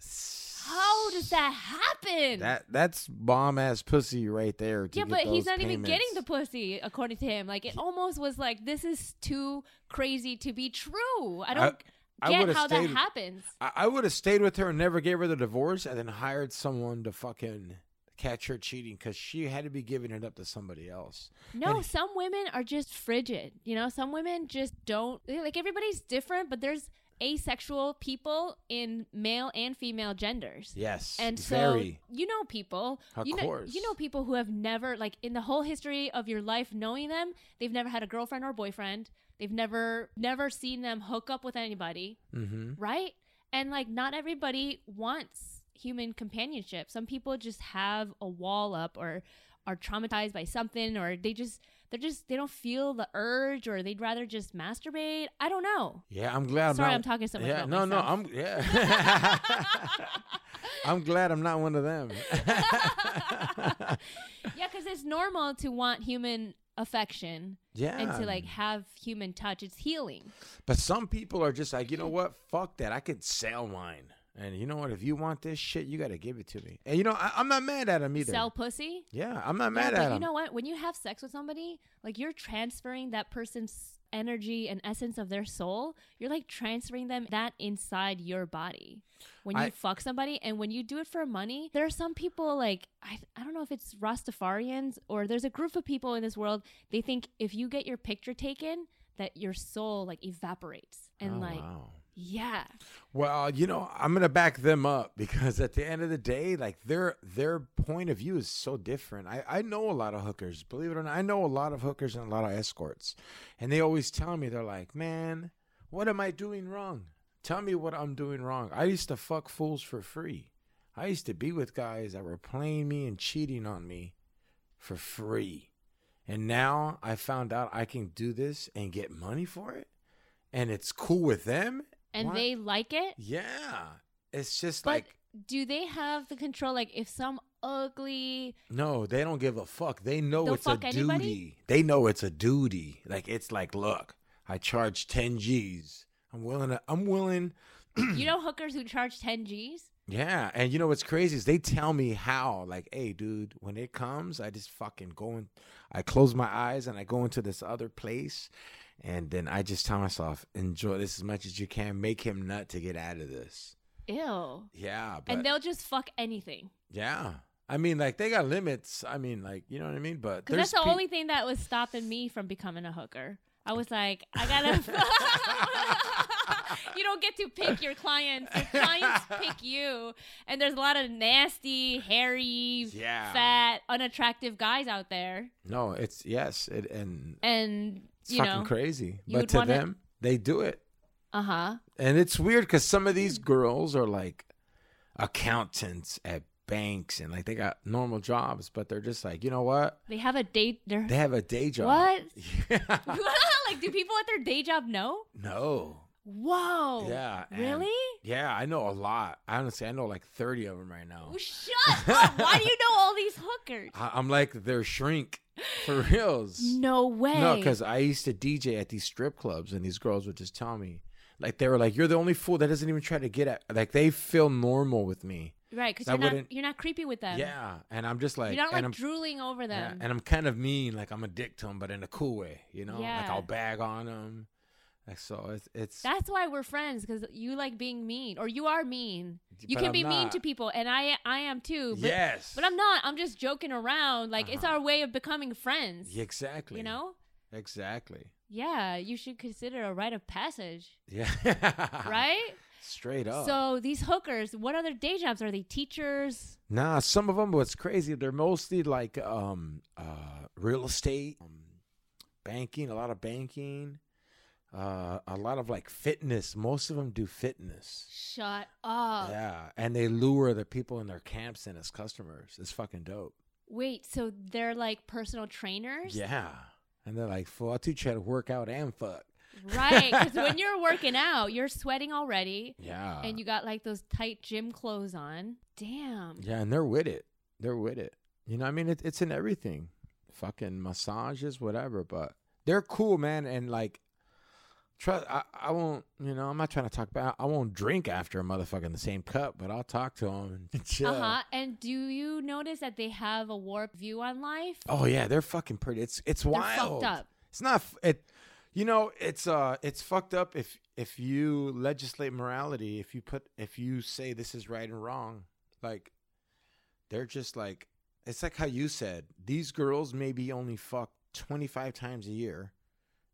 [SPEAKER 3] how does that happen?
[SPEAKER 4] that that's bomb ass pussy right there. to
[SPEAKER 3] yeah,
[SPEAKER 4] get
[SPEAKER 3] but he's
[SPEAKER 4] those
[SPEAKER 3] not even getting
[SPEAKER 4] payments.
[SPEAKER 3] the pussy, according to him. Like, it almost was like this is too crazy to be true. I don't
[SPEAKER 4] I
[SPEAKER 3] get
[SPEAKER 4] would've
[SPEAKER 3] how that
[SPEAKER 4] stayed-
[SPEAKER 3] happens.
[SPEAKER 4] I, I would have stayed with her and never gave her the divorce, and then hired someone to fucking catch her cheating because she had to be giving it up to somebody else.
[SPEAKER 3] No,
[SPEAKER 4] And-
[SPEAKER 3] some women are just frigid. You know, some women just don't like everybody's different, but there's asexual people in male and female genders.
[SPEAKER 4] Yes,
[SPEAKER 3] And so
[SPEAKER 4] very.
[SPEAKER 3] you know people,
[SPEAKER 4] Of
[SPEAKER 3] you know
[SPEAKER 4] course.
[SPEAKER 3] you know people who have never like in the whole history of your life knowing them, they've never had a girlfriend or boyfriend. They've never never seen them hook up with anybody,
[SPEAKER 4] hmm
[SPEAKER 3] right? And like not everybody wants human companionship. Some people just have a wall up or are traumatized by something or they just they're just they don't feel the urge or they'd rather just masturbate. I don't know.
[SPEAKER 4] Yeah, I'm glad. I'm
[SPEAKER 3] Sorry,
[SPEAKER 4] not-
[SPEAKER 3] I'm talking so much
[SPEAKER 4] Yeah, no,
[SPEAKER 3] about myself.
[SPEAKER 4] no, I'm yeah. I'm glad I'm not one of them.
[SPEAKER 3] Yeah, because it's normal to want human affection
[SPEAKER 4] yeah,
[SPEAKER 3] and to like have human touch. It's healing.
[SPEAKER 4] But some people are just like, you know what? Fuck that. I could sell mine. And you know what? If you want this shit, you got to give it to me. And you know, I, I'm not mad at him either.
[SPEAKER 3] Sell pussy.
[SPEAKER 4] yeah, I'm not
[SPEAKER 3] Yeah,
[SPEAKER 4] mad
[SPEAKER 3] but
[SPEAKER 4] at
[SPEAKER 3] you
[SPEAKER 4] him.
[SPEAKER 3] know what? When you have sex with somebody, like you're transferring that person's energy and essence of their soul. You're like transferring them that inside your body. When you
[SPEAKER 4] I-
[SPEAKER 3] fuck somebody and when you do it for money, there are some people like I, I don't know if it's Rastafarians or there's a group of people in this world, they think if you get your picture taken, that your soul like evaporates and
[SPEAKER 4] Oh,
[SPEAKER 3] like
[SPEAKER 4] wow.
[SPEAKER 3] yeah.
[SPEAKER 4] Well, you know, I'm gonna back them up because at the end of the day, like their their point of view is so different. I, I know a lot of hookers, believe it or not, I know a lot of hookers and a lot of escorts. And they always tell me, they're like, Man, what am I doing wrong? Tell me what I'm doing wrong. I used to fuck fools for free. I used to be with guys that were playing me and cheating on me for free. And now I found out I can do this and get money for it. And it's cool with them.
[SPEAKER 3] And
[SPEAKER 4] What?
[SPEAKER 3] they like it.
[SPEAKER 4] Yeah. It's just
[SPEAKER 3] But
[SPEAKER 4] like
[SPEAKER 3] do they have the control? Like, if some ugly,
[SPEAKER 4] no, they don't give a fuck. They know
[SPEAKER 3] They'll
[SPEAKER 4] it's a
[SPEAKER 3] fuck anybody?
[SPEAKER 4] duty. They know it's a duty. Like it's like, look, I charge 10 G's. I'm willing to I'm willing
[SPEAKER 3] you know, hookers who charge 10 G's?
[SPEAKER 4] Yeah, and you know what's crazy is they tell me how, like, hey, dude, when it comes, I just fucking go and I close my eyes and I go into this other place, and then I just tell myself, enjoy this as much as you can, make him nut to get out of this.
[SPEAKER 3] Ew.
[SPEAKER 4] Yeah, but
[SPEAKER 3] And they'll just fuck anything.
[SPEAKER 4] Yeah. I mean, like they got limits. I mean, like you know what I mean. But
[SPEAKER 3] Because that's the
[SPEAKER 4] there's pe-
[SPEAKER 3] only thing that was stopping me from becoming a hooker. I was like, I gotta. you don't get to pick your clients. Your clients pick you. And there's a lot of nasty, hairy,
[SPEAKER 4] Yeah.
[SPEAKER 3] fat, unattractive guys out there.
[SPEAKER 4] no. It's yes, it, and
[SPEAKER 3] And,
[SPEAKER 4] it's
[SPEAKER 3] you
[SPEAKER 4] fucking
[SPEAKER 3] know,
[SPEAKER 4] crazy.
[SPEAKER 3] you
[SPEAKER 4] But
[SPEAKER 3] would
[SPEAKER 4] to
[SPEAKER 3] wanna-
[SPEAKER 4] them, they do it,
[SPEAKER 3] uh huh.
[SPEAKER 4] and it's weird because some of these girls are like accountants at banks, and like they got normal jobs, but they're just like, you know what?
[SPEAKER 3] They have a date. They're
[SPEAKER 4] They have a day job.
[SPEAKER 3] What?
[SPEAKER 4] Yeah.
[SPEAKER 3] like, do people at their day job know?
[SPEAKER 4] no.
[SPEAKER 3] Whoa.
[SPEAKER 4] Yeah. and-
[SPEAKER 3] Oh, Really?
[SPEAKER 4] Yeah, I know a lot. Honestly, I know like 30 of them right now.
[SPEAKER 3] Oh, shut up. Why do you know all these hookers?
[SPEAKER 4] I- I'm like their shrink for reals.
[SPEAKER 3] No way.
[SPEAKER 4] No, because I used to DJ at these strip clubs, and these girls would just tell me, like, they were like, "You're the only fool that doesn't even try to get at." Like, they feel normal with me.
[SPEAKER 3] right, because
[SPEAKER 4] I
[SPEAKER 3] you're not
[SPEAKER 4] wouldn't-
[SPEAKER 3] you're not creepy with them.
[SPEAKER 4] yeah, and I'm just like,
[SPEAKER 3] you're not like
[SPEAKER 4] and I'm,
[SPEAKER 3] drooling over
[SPEAKER 4] yeah,
[SPEAKER 3] them.
[SPEAKER 4] and I'm kind of mean. Like, I'm a dick to them, but in a cool way, you know. Like,
[SPEAKER 3] Yeah.
[SPEAKER 4] I'll bag on them. Like, so it's it's
[SPEAKER 3] That's why we're friends because you like being mean, or you are mean.
[SPEAKER 4] but
[SPEAKER 3] You can
[SPEAKER 4] I'm
[SPEAKER 3] be mean
[SPEAKER 4] not.
[SPEAKER 3] to people, and I I am too. But,
[SPEAKER 4] yes,
[SPEAKER 3] but I'm not. I'm just joking around. Like it's
[SPEAKER 4] Uh-huh.
[SPEAKER 3] our way of becoming friends.
[SPEAKER 4] Yeah, exactly.
[SPEAKER 3] You know?
[SPEAKER 4] exactly.
[SPEAKER 3] Yeah, you should consider a rite of passage,
[SPEAKER 4] Yeah. Ah,
[SPEAKER 3] right?
[SPEAKER 4] Straight up.
[SPEAKER 3] So these hookers, what other day jobs are they? Teachers?
[SPEAKER 4] Nah, some of them. What's crazy? They're mostly like um uh real estate, um, banking, a lot of banking, uh a lot of like fitness. Most of them do fitness.
[SPEAKER 3] Shut up.
[SPEAKER 4] Yeah, and they lure the people in their camps in as customers. It's fucking dope.
[SPEAKER 3] Wait, so they're like personal trainers?
[SPEAKER 4] Yeah, and they're like, "Fool, I'll teach you how to work out and fuck."
[SPEAKER 3] Right. Because when you're working out, you're sweating already
[SPEAKER 4] Yeah,
[SPEAKER 3] and you got like those tight gym clothes on. Damn.
[SPEAKER 4] yeah, and they're with it. They're with it. You know, what I mean, it, it's in everything, fucking massages, whatever. But they're cool, man, and like, trust. I, I won't. You know, I'm not trying to talk about. I won't drink after a motherfucker in the same cup, but I'll talk to them and chill.
[SPEAKER 3] Uh huh. And do you notice that they have a warped view on life?
[SPEAKER 4] Oh yeah, they're fucking pretty. It's it's
[SPEAKER 3] They're
[SPEAKER 4] wild.
[SPEAKER 3] fucked up.
[SPEAKER 4] It's not f- it. You know, it's uh, it's fucked up if if you legislate morality, if you put if you say this is right and wrong, like they're just like it's like how you said these girls maybe only fuck twenty five times a year,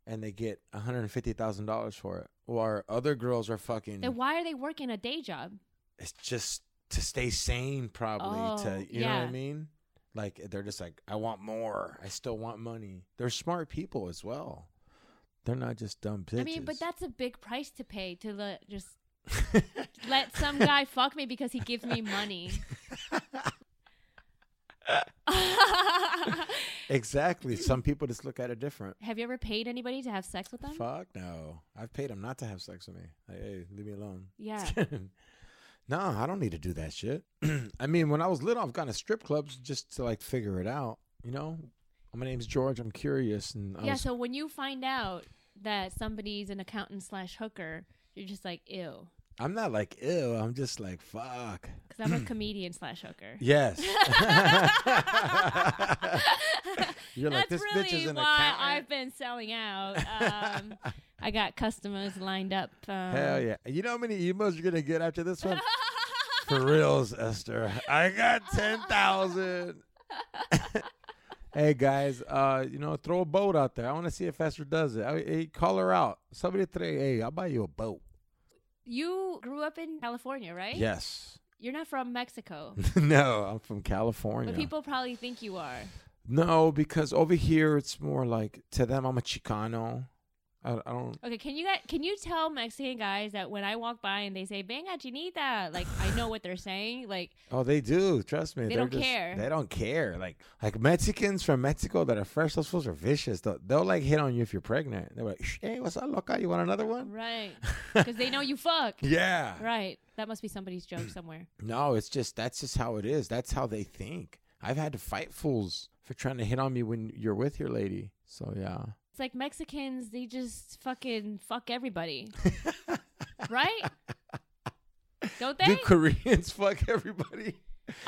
[SPEAKER 4] and they get one hundred and fifty thousand dollars for it, or other girls are fucking.
[SPEAKER 3] Then why are they working a day job?
[SPEAKER 4] it's just to stay sane, probably
[SPEAKER 3] Oh,
[SPEAKER 4] to you know what
[SPEAKER 3] yeah.
[SPEAKER 4] I mean. Like they're just like, I want more. I still want money. They're smart people as well. They're not just dumb bitches.
[SPEAKER 3] I mean, but that's a big price to pay to le- just let some guy fuck me because he gives me money. have
[SPEAKER 4] exactly. Some people just look at it different.
[SPEAKER 3] you ever paid anybody to have sex with them?
[SPEAKER 4] Fuck no. I've paid them not to have sex with me. Like, hey, leave me alone.
[SPEAKER 3] Yeah.
[SPEAKER 4] no, I don't need to do that shit. I mean, when I was little, I've gone to strip clubs just to like figure it out. You know, my name's George. I'm curious, and I
[SPEAKER 3] yeah.
[SPEAKER 4] was
[SPEAKER 3] So when you find out that somebody's an accountant slash hooker, you're just like ew,
[SPEAKER 4] I'm not like ew. I'm just like fuck.
[SPEAKER 3] because I'm a comedian slash hooker.
[SPEAKER 4] Yes. You're like
[SPEAKER 3] That's
[SPEAKER 4] this
[SPEAKER 3] really
[SPEAKER 4] bitch is an
[SPEAKER 3] why
[SPEAKER 4] accountant.
[SPEAKER 3] I've been selling out. Um, I got customers lined up. Um,
[SPEAKER 4] Hell yeah! You know how many emails you're gonna get after this one? For reals, Esther. I got ten thousand. hey guys, uh, you know, throw a boat out there. I want to see if Esther does it. I, hey, call her out. Somebody today. Hey, I'll buy you a boat.
[SPEAKER 3] You grew up in California, right?
[SPEAKER 4] Yes.
[SPEAKER 3] You're not from Mexico,
[SPEAKER 4] no, I'm from California.
[SPEAKER 3] but people probably think you are.
[SPEAKER 4] No, because over here it's more like to them I'm a Chicano. I, I don't.
[SPEAKER 3] Okay, can you get, can you tell Mexican guys that when I walk by and they say "venga chinita," like I know what they're saying. Like
[SPEAKER 4] Oh, they do. Trust me.
[SPEAKER 3] They
[SPEAKER 4] They're
[SPEAKER 3] don't
[SPEAKER 4] just-
[SPEAKER 3] care.
[SPEAKER 4] They don't care. Like like Mexicans from Mexico that are fresh. Those fools are vicious. They'll, they'll like hit on you if you're pregnant. They're like, "Shh, hey, what's up, loca? You want another one?
[SPEAKER 3] right, because they know you fuck.
[SPEAKER 4] Yeah.
[SPEAKER 3] Right, that must be somebody's joke somewhere.
[SPEAKER 4] No, it's just that's just how it is. That's how they think. I've had to fight fools for trying to hit on me when you're with your lady. So yeah.
[SPEAKER 3] It's like Mexicans, they just fucking fuck everybody, right? Don't they?
[SPEAKER 4] Do Koreans fuck everybody?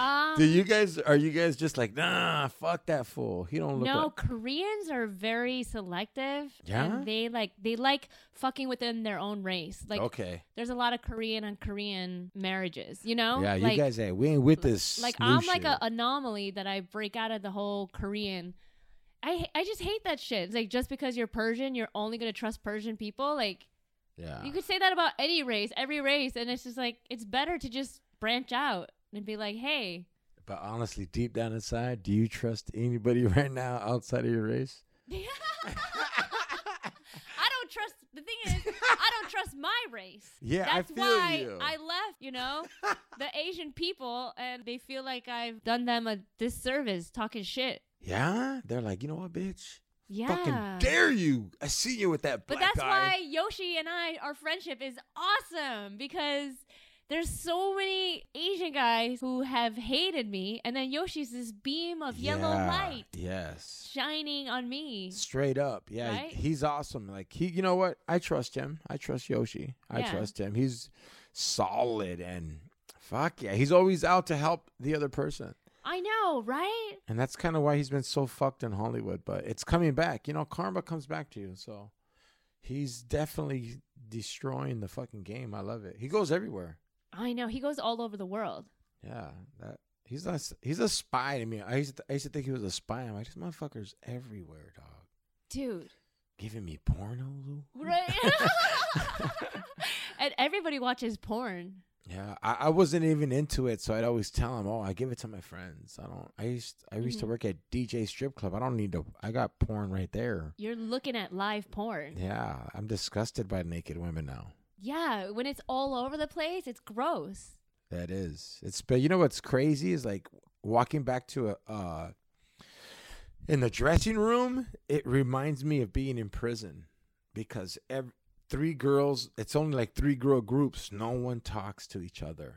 [SPEAKER 3] um,
[SPEAKER 4] Do you guys are you guys just like nah? Fuck that fool. He don't look.
[SPEAKER 3] no,
[SPEAKER 4] like-
[SPEAKER 3] Koreans are very selective.
[SPEAKER 4] Yeah?
[SPEAKER 3] and they like they like fucking within their own race. Like
[SPEAKER 4] okay.
[SPEAKER 3] there's a lot of Korean and Korean marriages, you know?
[SPEAKER 4] Yeah,
[SPEAKER 3] like,
[SPEAKER 4] you guys. Hey, we ain't with this.
[SPEAKER 3] like
[SPEAKER 4] new
[SPEAKER 3] I'm like
[SPEAKER 4] shit.
[SPEAKER 3] a anomaly that I break out of the whole Korean. I ha- I just hate that shit. It's like just because you're Persian, you're only gonna trust Persian people. Like
[SPEAKER 4] yeah.
[SPEAKER 3] you could say that about any race, every race, and it's just like it's better to just branch out and be like, hey,
[SPEAKER 4] But honestly, deep down inside, do you trust anybody right now outside of your race?
[SPEAKER 3] I don't trust. The thing is, I don't trust my race.
[SPEAKER 4] Yeah, I
[SPEAKER 3] that's
[SPEAKER 4] feel
[SPEAKER 3] why
[SPEAKER 4] you.
[SPEAKER 3] I left. You know, the Asian people, and they feel like I've done them a disservice talking shit.
[SPEAKER 4] Yeah, they're like, you know what, bitch?
[SPEAKER 3] Yeah.
[SPEAKER 4] Fucking dare you! I see you with that
[SPEAKER 3] But
[SPEAKER 4] black
[SPEAKER 3] that's
[SPEAKER 4] eye.
[SPEAKER 3] why Yoshi and I, our friendship is awesome because there's so many Asian guys who have hated me, and then Yoshi's this beam of yellow
[SPEAKER 4] Yeah,
[SPEAKER 3] light
[SPEAKER 4] Yes.
[SPEAKER 3] shining on me.
[SPEAKER 4] Straight up, yeah,
[SPEAKER 3] Right?
[SPEAKER 4] he's awesome. Like he, you know what? I trust him. I trust Yoshi. I
[SPEAKER 3] Yeah.
[SPEAKER 4] trust him. He's solid and fuck yeah, he's always out to help the other person.
[SPEAKER 3] I know, right?
[SPEAKER 4] And that's kind of why he's been so fucked in Hollywood, but it's coming back. You know, karma comes back to you. So he's definitely destroying the fucking game. I love it. He goes everywhere.
[SPEAKER 3] I know. He goes all over the world.
[SPEAKER 4] Yeah, that he's a he's a spy to me. I used to, I used to think he was a spy. I'm like, this motherfucker's everywhere, dog.
[SPEAKER 3] Dude.
[SPEAKER 4] Giving me porno, Lou.
[SPEAKER 3] Right? and everybody watches porn.
[SPEAKER 4] Yeah, I, I wasn't even into it, so I'd always tell him, "Oh, I give it to my friends. I don't. I used I used to work at DJ strip club. I don't need to. I got porn right there.
[SPEAKER 3] You're looking at live porn.
[SPEAKER 4] Yeah, I'm disgusted by naked women now.
[SPEAKER 3] Yeah, when it's all over the place, it's gross.
[SPEAKER 4] That is. It's but you know what's crazy is like walking back to a uh in the dressing room, it reminds me of being in prison because ev three girls, it's only like three girl groups, no one talks to each other.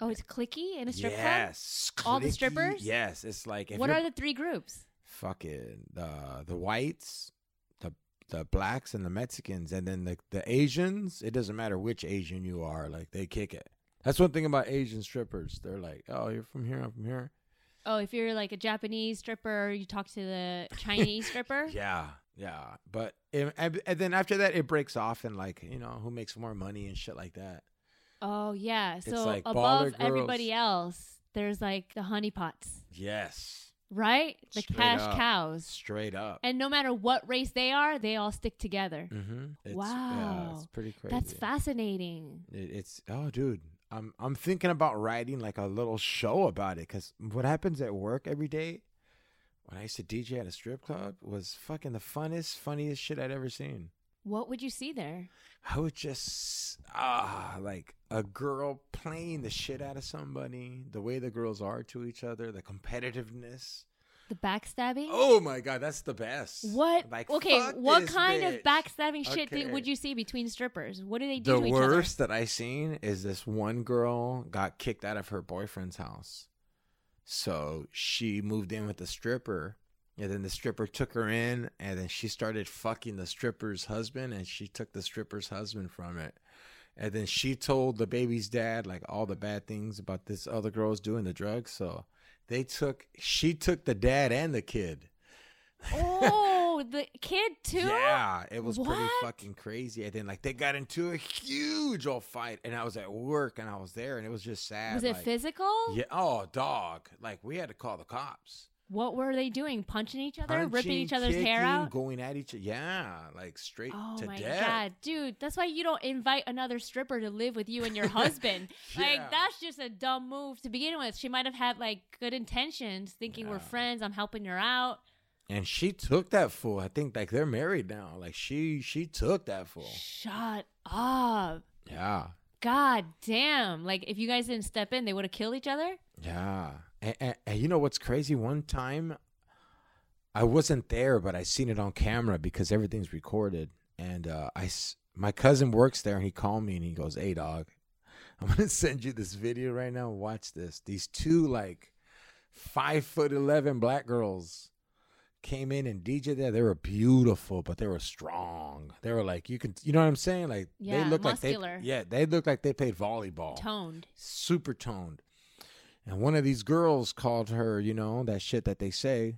[SPEAKER 3] Oh, it's clicky in a strip
[SPEAKER 4] yes.
[SPEAKER 3] All the
[SPEAKER 4] clicky,
[SPEAKER 3] strippers?
[SPEAKER 4] Yes, it's like if
[SPEAKER 3] club? What
[SPEAKER 4] you're
[SPEAKER 3] are the three groups?
[SPEAKER 4] fucking the the whites, the the blacks and the Mexicans, and then the the Asians. It doesn't matter which Asian you are, like they kick it. That's one thing about Asian strippers. They're like, oh, you're from here, I'm from here.
[SPEAKER 3] Oh, if you're like a Japanese stripper, you talk to the Chinese stripper.
[SPEAKER 4] Yeah, yeah. But it, and, and then after that, it breaks off and like you know who makes more money and shit like that.
[SPEAKER 3] Oh, yeah. So
[SPEAKER 4] like baller
[SPEAKER 3] above
[SPEAKER 4] girls.
[SPEAKER 3] everybody else, there's like the honeypots,
[SPEAKER 4] Yes,
[SPEAKER 3] right? The
[SPEAKER 4] Straight
[SPEAKER 3] cash
[SPEAKER 4] up.
[SPEAKER 3] cows.
[SPEAKER 4] straight up.
[SPEAKER 3] And no matter what race they are, they all stick together.
[SPEAKER 4] Mm-hmm.
[SPEAKER 3] Wow.
[SPEAKER 4] it's pretty crazy.
[SPEAKER 3] That's fascinating.
[SPEAKER 4] It, it's oh, dude. I'm I'm thinking about writing like a little show about it because what happens at work every day when I used to DJ at a strip club was fucking the funnest, funniest shit I'd ever seen.
[SPEAKER 3] What would you see there?
[SPEAKER 4] I would just ah like a girl playing the shit out of somebody, the way the girls are to each other, the competitiveness.
[SPEAKER 3] The backstabbing?
[SPEAKER 4] Oh my god, that's the best.
[SPEAKER 3] What?
[SPEAKER 4] Like,
[SPEAKER 3] okay,
[SPEAKER 4] fuck
[SPEAKER 3] what
[SPEAKER 4] this
[SPEAKER 3] kind
[SPEAKER 4] bitch.
[SPEAKER 3] of backstabbing shit did,
[SPEAKER 4] Okay.
[SPEAKER 3] would you see between strippers? What do they do
[SPEAKER 4] the
[SPEAKER 3] to each
[SPEAKER 4] worst that I seen is this one girl got kicked out of her boyfriend's house. So she moved in with the stripper, and then the stripper took her in, and then she started fucking the stripper's husband, and she took the stripper's husband from it. And then she told the baby's dad like all the bad things about this other girl's doing the drugs. So they took she took the dad and the kid.
[SPEAKER 3] other? Oh, the kid too?
[SPEAKER 4] Yeah, it was pretty
[SPEAKER 3] What?
[SPEAKER 4] fucking crazy. And then like they got into a huge old fight, and I was at work and I was there, and it was just sad.
[SPEAKER 3] Was it
[SPEAKER 4] like-
[SPEAKER 3] physical?
[SPEAKER 4] Yeah. Oh, dog! Like we had to call the cops.
[SPEAKER 3] What were they doing? Punching each other? ripping
[SPEAKER 4] Punching,
[SPEAKER 3] each other's hair
[SPEAKER 4] kicking,
[SPEAKER 3] out?
[SPEAKER 4] going at each. Yeah, like straight
[SPEAKER 3] Oh
[SPEAKER 4] to
[SPEAKER 3] my
[SPEAKER 4] death.
[SPEAKER 3] god, dude! That's why you don't invite another stripper to live with you and your husband.
[SPEAKER 4] Yeah.
[SPEAKER 3] Like that's just a dumb move to begin with. She might have had like good intentions, thinking we're
[SPEAKER 4] Yeah.
[SPEAKER 3] friends. I'm helping her out.
[SPEAKER 4] And she took that fool. I think like they're married now. Like she she took that fool.
[SPEAKER 3] Shut up.
[SPEAKER 4] Yeah.
[SPEAKER 3] God damn. Like, if you guys didn't step in, they would have killed each other.
[SPEAKER 4] Yeah. And, and, and you know what's crazy? One time I wasn't there, but I seen it on camera because everything's recorded. And uh, I, s- my cousin works there and he called me and he goes, Hey, dog, I'm going to send you this video right now. Watch this. These two, like, five foot 11 black girls came in and DJ there. They were beautiful, but they were strong. They were like, you can, you know what I'm saying? Like,
[SPEAKER 3] Yeah,
[SPEAKER 4] they look
[SPEAKER 3] muscular.
[SPEAKER 4] like they, yeah, they look like they played volleyball
[SPEAKER 3] Toned.
[SPEAKER 4] super toned. And one of these girls called her, you know, that shit that they say.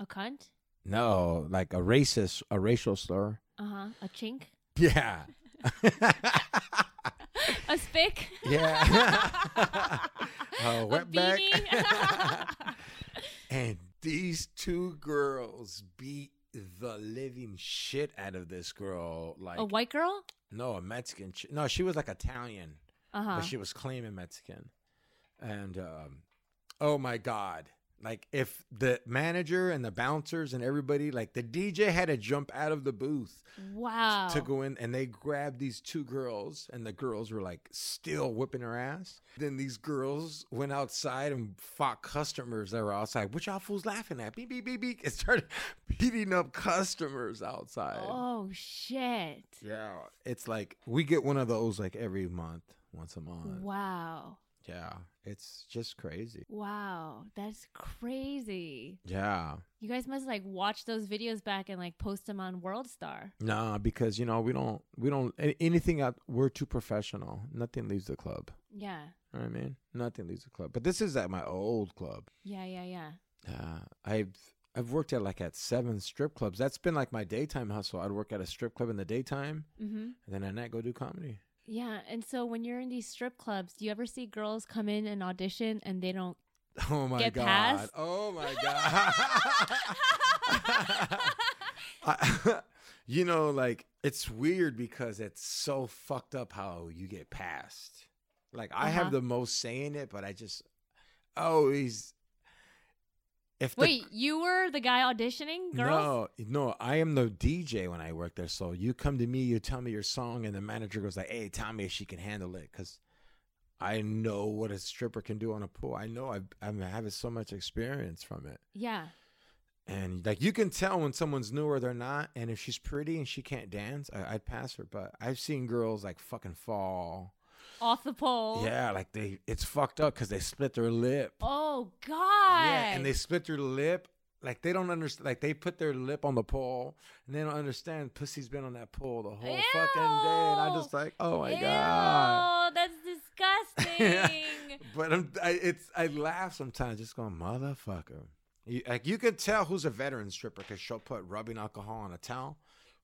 [SPEAKER 3] A cunt?
[SPEAKER 4] No, like a racist, a racial slur.
[SPEAKER 3] Uh huh. A chink?
[SPEAKER 4] Yeah.
[SPEAKER 3] A spick?
[SPEAKER 4] yeah. a
[SPEAKER 3] A
[SPEAKER 4] wetback.
[SPEAKER 3] beanie?
[SPEAKER 4] and these two girls beat the living shit out of this girl. Like,
[SPEAKER 3] a white girl?
[SPEAKER 4] no, a Mexican. Ch- no, she was like Italian.
[SPEAKER 3] Uh huh.
[SPEAKER 4] but she was claiming Mexican. And um, oh my God, Like if the manager and the bouncers and everybody, like the DJ had to jump out of the booth
[SPEAKER 3] Wow.
[SPEAKER 4] to go in and they grabbed these two girls and the girls were like still whipping her ass. Then these girls went outside and fought customers that were outside. What y'all fools laughing at? Beep beep beep beep. It started beating up customers outside.
[SPEAKER 3] oh shit.
[SPEAKER 4] Yeah. It's like we get one of those like every month, once a month.
[SPEAKER 3] Wow.
[SPEAKER 4] Yeah. It's just crazy.
[SPEAKER 3] Wow. That's crazy.
[SPEAKER 4] Yeah.
[SPEAKER 3] You guys must like watch those videos back and like post them on World Star.
[SPEAKER 4] Nah, because you know, we don't we don't a- anything out we're too professional. Nothing leaves the club.
[SPEAKER 3] Yeah.
[SPEAKER 4] You know what I mean? Nothing leaves the club. But this is at my old club.
[SPEAKER 3] Yeah, yeah, yeah.
[SPEAKER 4] Uh, I've I've worked at like at seven strip clubs. That's been like my daytime hustle. I'd work at a strip club in the daytime,
[SPEAKER 3] Mm-hmm.
[SPEAKER 4] and then at night go do comedy.
[SPEAKER 3] Yeah. And so when you're in these strip clubs, do you ever see girls come in and audition and they don't
[SPEAKER 4] Oh my
[SPEAKER 3] Get
[SPEAKER 4] god!
[SPEAKER 3] passed?
[SPEAKER 4] Oh my god! I, you know, like it's weird because it's so fucked up how you get passed. Like I
[SPEAKER 3] Uh-huh.
[SPEAKER 4] have the most saying it, but I just always if the-
[SPEAKER 3] Wait, you were the guy auditioning girls?
[SPEAKER 4] No, no, I am the DJ when I work there. So you come to me, you tell me your song, and the manager goes like, "Hey, tell me if she can handle it," because I know what a stripper can do on a pool. I know I've, I'm having so much experience from it,
[SPEAKER 3] Yeah.
[SPEAKER 4] and like you can tell when someone's new or they're not. And if she's pretty and she can't dance, I, I'd pass her. But I've seen girls like fucking fall.
[SPEAKER 3] Off the pole.
[SPEAKER 4] Yeah, like they, it's fucked up because they split their lip.
[SPEAKER 3] Oh God.
[SPEAKER 4] Yeah, and they split their lip. Like they don't understand. Like they put their lip on the pole, and they don't understand. Pussy's been on that pole the whole fucking day, and I
[SPEAKER 3] Ew.
[SPEAKER 4] just like, oh my
[SPEAKER 3] Ew,
[SPEAKER 4] god.
[SPEAKER 3] that's disgusting.
[SPEAKER 4] But I'm, I, it's, I laugh sometimes, just going, motherfucker. You, like you could tell who's a veteran stripper because she'll put rubbing alcohol on a towel,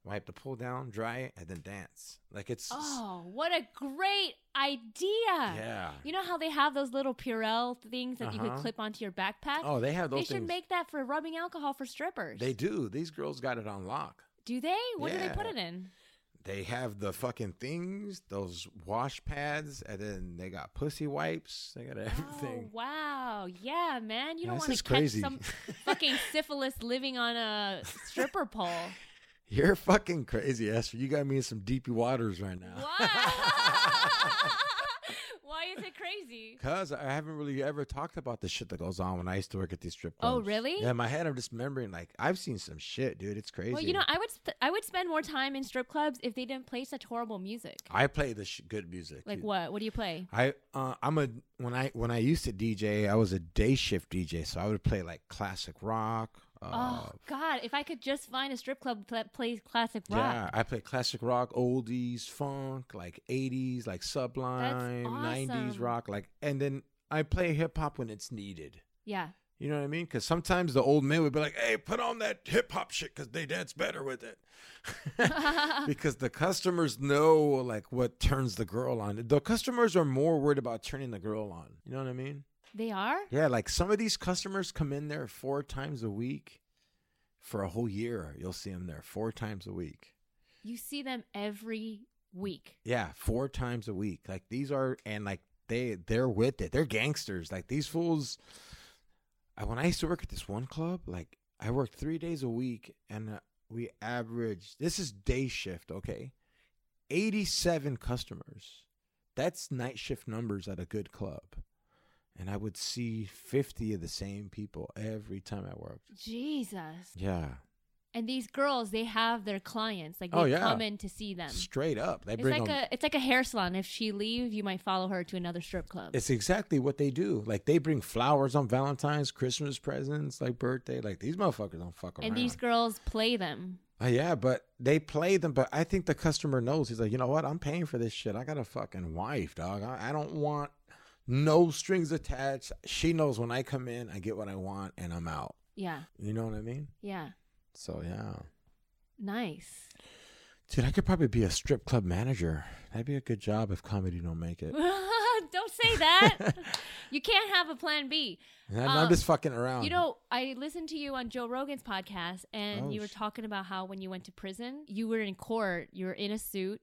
[SPEAKER 4] wipe the pool down, dry it, and then dance. Like it's,
[SPEAKER 3] oh, what a great idea.
[SPEAKER 4] yeah.
[SPEAKER 3] You know how they have those little Purell things that you could
[SPEAKER 4] Uh-huh.
[SPEAKER 3] clip onto your backpack?
[SPEAKER 4] Oh, they have
[SPEAKER 3] they
[SPEAKER 4] those
[SPEAKER 3] should
[SPEAKER 4] things.
[SPEAKER 3] make that for rubbing alcohol for strippers.
[SPEAKER 4] they do. These girls got it on lock.
[SPEAKER 3] do they? What do they put
[SPEAKER 4] Yeah.
[SPEAKER 3] it in?
[SPEAKER 4] they have the fucking things, those wash pads, and then they got pussy wipes. They got everything.
[SPEAKER 3] Oh, wow. Yeah, man. You don't
[SPEAKER 4] This
[SPEAKER 3] want to
[SPEAKER 4] is
[SPEAKER 3] catch
[SPEAKER 4] crazy.
[SPEAKER 3] some fucking syphilis living on a stripper pole.
[SPEAKER 4] You're fucking crazy, Esther. You got me in some deepy waters right now.
[SPEAKER 3] Why? Why is it crazy?
[SPEAKER 4] Cause I haven't really ever talked about the shit that goes on when I used to work at these strip
[SPEAKER 3] Oh,
[SPEAKER 4] clubs.
[SPEAKER 3] really?
[SPEAKER 4] Yeah, in my head I'm just remembering like I've seen some shit, dude. It's crazy.
[SPEAKER 3] Well, you know, I would sp- I would spend more time in strip clubs if they didn't play such horrible music.
[SPEAKER 4] I play the sh- good music.
[SPEAKER 3] Like
[SPEAKER 4] dude.
[SPEAKER 3] what? What do you play?
[SPEAKER 4] I uh, I'm a when I when I used to DJ, I was a day shift DJ, so I would play like classic rock. Uh,
[SPEAKER 3] Oh God! If I could just find a strip club that plays classic
[SPEAKER 4] Yeah,
[SPEAKER 3] rock,
[SPEAKER 4] I play classic rock, oldies, funk, like '80s, like Sublime, '90s
[SPEAKER 3] awesome.
[SPEAKER 4] rock, like, and then I play hip hop when it's needed.
[SPEAKER 3] yeah,
[SPEAKER 4] You know what I mean? Because sometimes the old men would be like, "Hey, put on that hip hop shit because they dance better with it." because the customers know like what turns the girl on. The customers are more worried about turning the girl on. You know what I mean?
[SPEAKER 3] they are.
[SPEAKER 4] Yeah, like some of these customers come in there four times a week for a whole year. You'll see them there four times a week.
[SPEAKER 3] You see them every week.
[SPEAKER 4] Yeah, four times a week. Like these are and like they they're with it. They're gangsters. Like these fools. I, when I used to work at this one club, like I worked three days a week, and uh, we averaged. This is day shift, okay. Eighty-seven customers. That's night shift numbers at a good club, and I would see fifty of the same people every time I worked.
[SPEAKER 3] Jesus!
[SPEAKER 4] Yeah,
[SPEAKER 3] And these girls, they have their clients. Like they
[SPEAKER 4] Oh, yeah.
[SPEAKER 3] come in to see them.
[SPEAKER 4] straight up. They
[SPEAKER 3] It's
[SPEAKER 4] bring
[SPEAKER 3] like
[SPEAKER 4] them.
[SPEAKER 3] a it's like a hair salon. If she leave, you might follow her to another strip club.
[SPEAKER 4] It's exactly what they do. Like they bring flowers on Valentine's, Christmas presents, like birthday. Like these motherfuckers don't fuck around.
[SPEAKER 3] and these girls play them.
[SPEAKER 4] Uh, yeah, but they play them. But I think the customer knows. He's like, you know what? I'm paying for this shit. I got a fucking wife, dog. I, I don't want no strings attached. She knows when I come in, I get what I want, and I'm out.
[SPEAKER 3] Yeah,
[SPEAKER 4] You know what I mean?
[SPEAKER 3] yeah.
[SPEAKER 4] So yeah,
[SPEAKER 3] Nice.
[SPEAKER 4] dude, I could probably be a strip club manager. That'd be a good job if comedy don't make it.
[SPEAKER 3] Don't say that. you can't have a plan B.
[SPEAKER 4] And I'm
[SPEAKER 3] Um,
[SPEAKER 4] just fucking around.
[SPEAKER 3] You know, I listened to you on Joe Rogan's podcast, and
[SPEAKER 4] Oh,
[SPEAKER 3] you were
[SPEAKER 4] sh-
[SPEAKER 3] talking about how when you went to prison, you were in court, you were in a suit,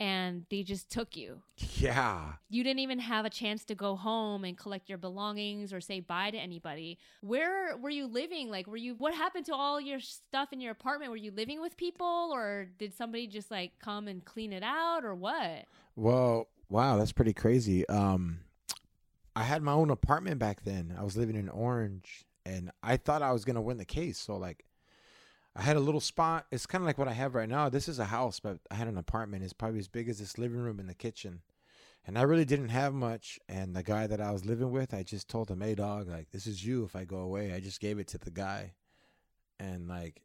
[SPEAKER 3] and they just took you.
[SPEAKER 4] Yeah.
[SPEAKER 3] You didn't even have a chance to go home and collect your belongings or say bye to anybody. Where were you living? Like, were you, what happened to all your stuff in your apartment? Were you living with people or did somebody just like come and clean it out or what?
[SPEAKER 4] Well, wow, that's pretty crazy. Um, I had my own apartment back then. I was living in Orange, and I thought I was gonna win the case. So like, I had a little spot. It's kind of like what I have right now. This is a house, but I had an apartment. It's probably as big as this living room and the kitchen. And I really didn't have much. And the guy that I was living with, I just told him, "Hey, dog, like this is you. If I go away, I just gave it to the guy." And like,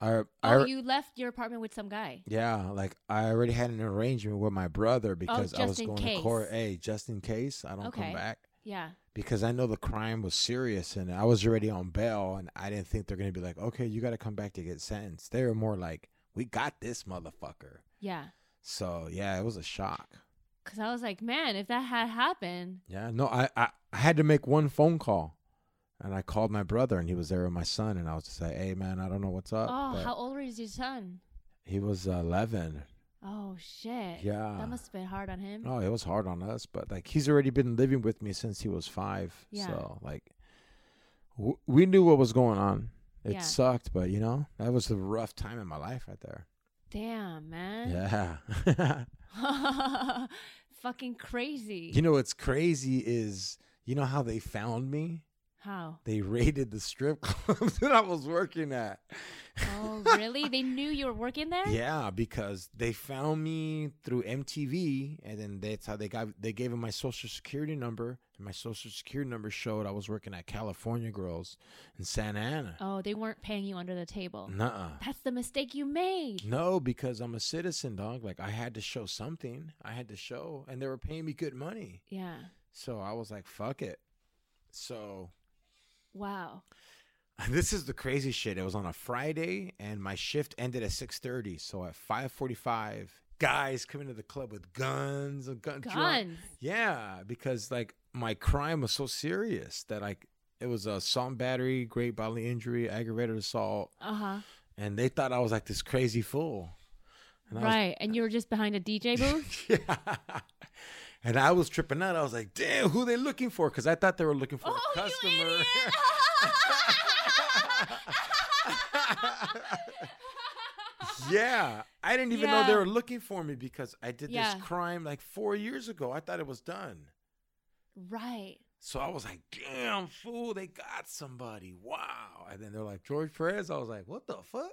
[SPEAKER 4] I, I
[SPEAKER 3] Oh, you left your apartment with some guy.
[SPEAKER 4] yeah, like I already had an arrangement with my brother because I
[SPEAKER 3] Oh,
[SPEAKER 4] was
[SPEAKER 3] just in
[SPEAKER 4] going
[SPEAKER 3] case.
[SPEAKER 4] to court. Hey, just in case I don't
[SPEAKER 3] Okay.
[SPEAKER 4] come back,
[SPEAKER 3] Yeah.
[SPEAKER 4] because I know the crime was serious, and I was already on bail, and I didn't think they're gonna be like, okay, you got to come back to get sentenced. They were more like, we got this motherfucker.
[SPEAKER 3] Yeah.
[SPEAKER 4] So yeah, it was a shock.
[SPEAKER 3] Cause I was like, man, if that had happened,
[SPEAKER 4] Yeah, no, I I, I had to make one phone call, and I called my brother, and he was there with my son, and I was just like, hey man, I don't know what's up.
[SPEAKER 3] oh,
[SPEAKER 4] Uh, but
[SPEAKER 3] how old is your son?
[SPEAKER 4] he was uh, eleven.
[SPEAKER 3] Oh shit.
[SPEAKER 4] Yeah. Oh.
[SPEAKER 3] That must have been hard on him.
[SPEAKER 4] No, it was hard on us, but like he's already been living with me since he was five.
[SPEAKER 3] Yeah.
[SPEAKER 4] So like, w- we knew what was going on. It
[SPEAKER 3] Yeah.
[SPEAKER 4] sucked, but you know that was the rough time in my life right there.
[SPEAKER 3] Damn, man.
[SPEAKER 4] Yeah.
[SPEAKER 3] Fucking crazy.
[SPEAKER 4] you know what's crazy is you know how they found me.
[SPEAKER 3] How?
[SPEAKER 4] They raided the strip club that I was working at.
[SPEAKER 3] Oh, really? they knew you were working there?
[SPEAKER 4] Yeah, because they found me through MTV, and then that's how they got. They gave him my social security number, and my social security number showed I was working at California Girls in Santa Ana.
[SPEAKER 3] Oh, they weren't paying you under the table.
[SPEAKER 4] Nuh-uh.
[SPEAKER 3] That's the mistake you made.
[SPEAKER 4] No, because I'm a citizen, dog. Like I had to show something. I had to show, and they were paying me good money,
[SPEAKER 3] Yeah.
[SPEAKER 4] so I was like, "Fuck it." So
[SPEAKER 3] Wow.
[SPEAKER 4] this is the crazy shit. It was on a Friday, and my shift ended at six thirty. So at five forty-five, guys come into the club with guns and gun drawn-
[SPEAKER 3] Guns.
[SPEAKER 4] Yeah, because like my crime was so serious that like it was a assault and battery, great bodily injury, aggravated assault,
[SPEAKER 3] Uh huh.
[SPEAKER 4] and they thought I was like this crazy fool. And I was-
[SPEAKER 3] Right. And you were just behind a DJ booth?
[SPEAKER 4] yeah. And I was tripping out. I was like, damn, who they looking for? Because I thought they were looking for a
[SPEAKER 3] Oh, you
[SPEAKER 4] customer.
[SPEAKER 3] idiot!
[SPEAKER 4] yeah. I didn't even know
[SPEAKER 3] Yeah.
[SPEAKER 4] they were looking for me because I did
[SPEAKER 3] Yeah.
[SPEAKER 4] this crime like four years ago. I thought it was done.
[SPEAKER 3] right.
[SPEAKER 4] So I was like, damn, fool, they got somebody. Wow. And then they're like, George Perez. I was like, what the fuck?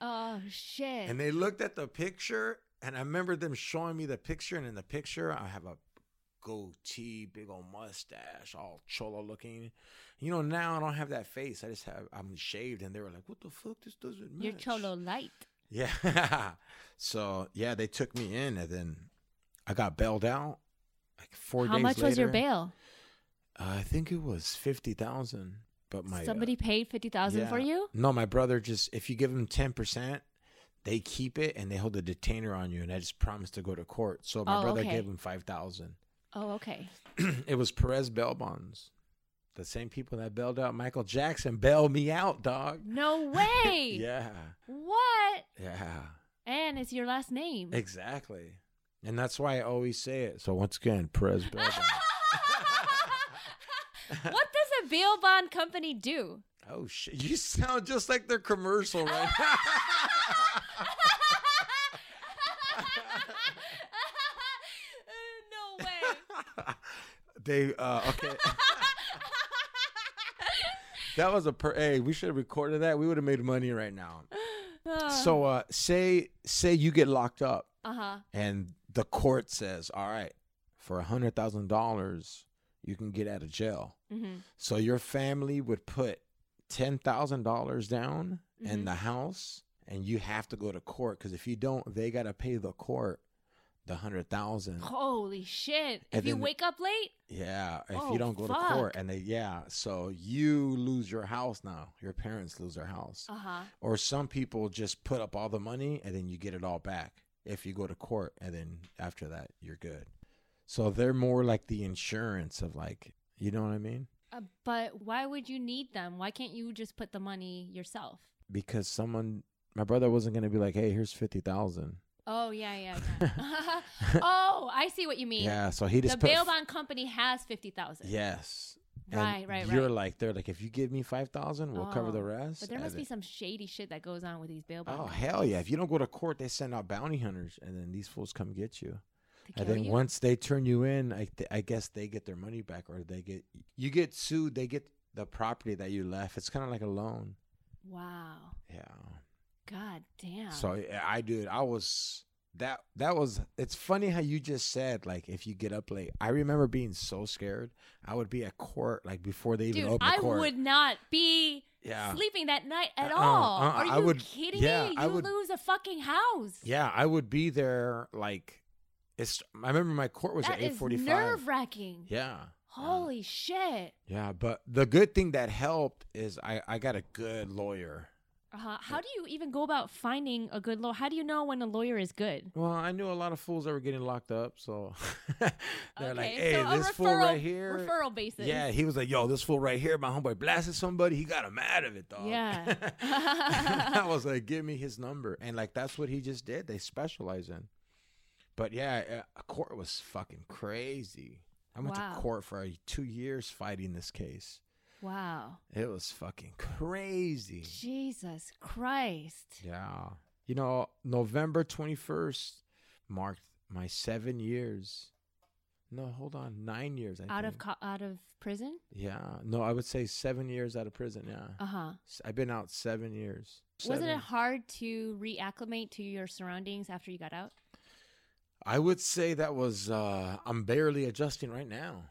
[SPEAKER 3] Oh, shit.
[SPEAKER 4] And they looked at the picture, and I remember them showing me the picture. And in the picture, I have a goatee, big old mustache, all cholo looking. You know, now I don't have that face. I just have I'm shaved, and they were like, "What the fuck? This doesn't match."
[SPEAKER 3] You're cholo light.
[SPEAKER 4] Yeah. so yeah, they took me in, and then I got bailed out. Like four
[SPEAKER 3] How
[SPEAKER 4] days
[SPEAKER 3] much was your
[SPEAKER 4] later.
[SPEAKER 3] bail?
[SPEAKER 4] Uh, I think it was fifty thousand. But my uh,
[SPEAKER 3] Somebody paid 50000 for
[SPEAKER 4] yeah.
[SPEAKER 3] you?
[SPEAKER 4] No, my brother just if you give him ten percent, they keep it and they hold a detainer on you. And I just promised to go to court, so my
[SPEAKER 3] Oh,
[SPEAKER 4] brother
[SPEAKER 3] okay.
[SPEAKER 4] gave him five thousand.
[SPEAKER 3] Oh, okay.
[SPEAKER 4] it was Perez bail bonds, the same people that bailed out Michael Jackson bailed me out, dog.
[SPEAKER 3] No way.
[SPEAKER 4] Yeah,
[SPEAKER 3] What?
[SPEAKER 4] yeah,
[SPEAKER 3] And it's your last name.
[SPEAKER 4] exactly. And that's why I always say it. So once again, Perez bail bonds.
[SPEAKER 3] what does a bail bond company do?
[SPEAKER 4] oh shit, you sound just like their commercial right now.
[SPEAKER 3] no way.
[SPEAKER 4] they uh okay. That was a per. Hey, we should have recorded that. We would have made money right now. so, uh, say say you get locked up,
[SPEAKER 3] Uh huh.
[SPEAKER 4] and the court says, "All right, for a hundred thousand dollars, you can get out of jail."
[SPEAKER 3] Mm-hmm.
[SPEAKER 4] So your family would put ten thousand dollars down
[SPEAKER 3] Mhm.
[SPEAKER 4] in the house, and you have to go to court because if you don't, they gotta pay the court the hundred thousand.
[SPEAKER 3] Holy shit! if
[SPEAKER 4] And
[SPEAKER 3] you
[SPEAKER 4] then-
[SPEAKER 3] wake up late,
[SPEAKER 4] Yeah, if
[SPEAKER 3] Oh,
[SPEAKER 4] you don't go
[SPEAKER 3] fuck.
[SPEAKER 4] to court, and they yeah, so you lose your house now. Your parents lose their house.
[SPEAKER 3] uh huh.
[SPEAKER 4] or some people just put up all the money and then you get it all back if you go to court and then after that you're good so they're more like the insurance of like you know what i mean
[SPEAKER 3] Uh, but why would you need them? Why can't you just put the money yourself?
[SPEAKER 4] because someone my brother wasn't going to be like hey here's 50000
[SPEAKER 3] Oh yeah, yeah. yeah. oh, I see what you mean.
[SPEAKER 4] Yeah, so he
[SPEAKER 3] the
[SPEAKER 4] just put
[SPEAKER 3] bail bond company has fifty thousand.
[SPEAKER 4] Yes.
[SPEAKER 3] Right, right,
[SPEAKER 4] You're
[SPEAKER 3] right.
[SPEAKER 4] like they're like if you give me five thousand, we'll cover the
[SPEAKER 3] Oh,
[SPEAKER 4] rest.
[SPEAKER 3] But there
[SPEAKER 4] and
[SPEAKER 3] must be
[SPEAKER 4] then-
[SPEAKER 3] some shady shit that goes on with these bail
[SPEAKER 4] uh, Oh
[SPEAKER 3] bonds.
[SPEAKER 4] hell yeah! If you don't go to court, they send out bounty hunters, and then these fools come get you.
[SPEAKER 3] to
[SPEAKER 4] And
[SPEAKER 3] kill
[SPEAKER 4] then
[SPEAKER 3] you?
[SPEAKER 4] once they turn you in, I, th- I guess they get their money back, or they get you get sued. They get the property that you left. It's kind of like a loan.
[SPEAKER 3] Wow.
[SPEAKER 4] Yeah.
[SPEAKER 3] God damn.
[SPEAKER 4] So yeah, I dude, I was that that was it's funny how you just said like if you get up late. I remember being so scared. I would be at court like before they even
[SPEAKER 3] Dude,
[SPEAKER 4] open
[SPEAKER 3] I
[SPEAKER 4] court.
[SPEAKER 3] would not be
[SPEAKER 4] yeah.
[SPEAKER 3] sleeping that night at
[SPEAKER 4] Uh-uh,
[SPEAKER 3] all.
[SPEAKER 4] uh-uh,
[SPEAKER 3] Are you
[SPEAKER 4] I would-
[SPEAKER 3] kidding
[SPEAKER 4] yeah,
[SPEAKER 3] me? You
[SPEAKER 4] I would-
[SPEAKER 3] lose a fucking house.
[SPEAKER 4] Yeah, I would be there like it's I remember my court was
[SPEAKER 3] That
[SPEAKER 4] at eight
[SPEAKER 3] is
[SPEAKER 4] forty five.
[SPEAKER 3] nerve wracking.
[SPEAKER 4] Yeah.
[SPEAKER 3] Holy shit.
[SPEAKER 4] Yeah, but the good thing that helped is I, I got a good lawyer.
[SPEAKER 3] Uh, how do you even go about finding a good lawyer? How do you know when a lawyer is good?
[SPEAKER 4] Well, I knew a lot of fools that were getting locked up, so they're like,
[SPEAKER 3] Okay,
[SPEAKER 4] "Hey,
[SPEAKER 3] so a
[SPEAKER 4] this
[SPEAKER 3] referral,
[SPEAKER 4] fool right here,
[SPEAKER 3] Referral basis.
[SPEAKER 4] Yeah, he was like, "Yo, this fool right here, my homeboy blasted somebody. He got him out of it, dog."
[SPEAKER 3] Yeah.
[SPEAKER 4] I was like, "Give me his number," and like that's what he just did. They specialize in. But yeah, uh, court was fucking crazy. I went
[SPEAKER 3] Wow.
[SPEAKER 4] to court for two years fighting this case.
[SPEAKER 3] Wow.
[SPEAKER 4] It was fucking crazy.
[SPEAKER 3] Jesus Christ.
[SPEAKER 4] Yeah, you know, November twenty first marked my seven years. No, hold on, nine years. I
[SPEAKER 3] Out of
[SPEAKER 4] think.
[SPEAKER 3] co- out of prison?
[SPEAKER 4] yeah, no, I would say seven years out of prison. Yeah.
[SPEAKER 3] Uh huh.
[SPEAKER 4] S- I've been out seven years.
[SPEAKER 3] Wasn't
[SPEAKER 4] Seven.
[SPEAKER 3] it hard to reacclimate to your surroundings after you got out?
[SPEAKER 4] I would say that was. uh I'm barely adjusting right now.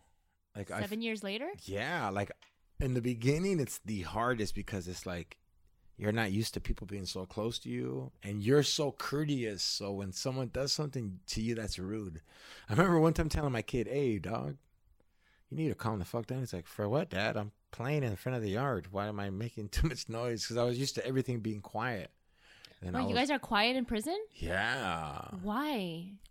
[SPEAKER 4] Like I.
[SPEAKER 3] Seven years later?
[SPEAKER 4] Yeah, like in the beginning, it's the hardest because it's like you're not used to people being so close to you, and you're so courteous. So when someone does something to you that's rude, I remember one time telling my kid, "Hey, dog, you need to calm the fuck down." He's like, "For what, Dad? I'm playing in front of the yard. Why am I making too much noise?" Because I was used to everything being quiet. And I
[SPEAKER 3] Wait, you
[SPEAKER 4] was-
[SPEAKER 3] guys are quiet in prison?
[SPEAKER 4] Yeah.
[SPEAKER 3] Why?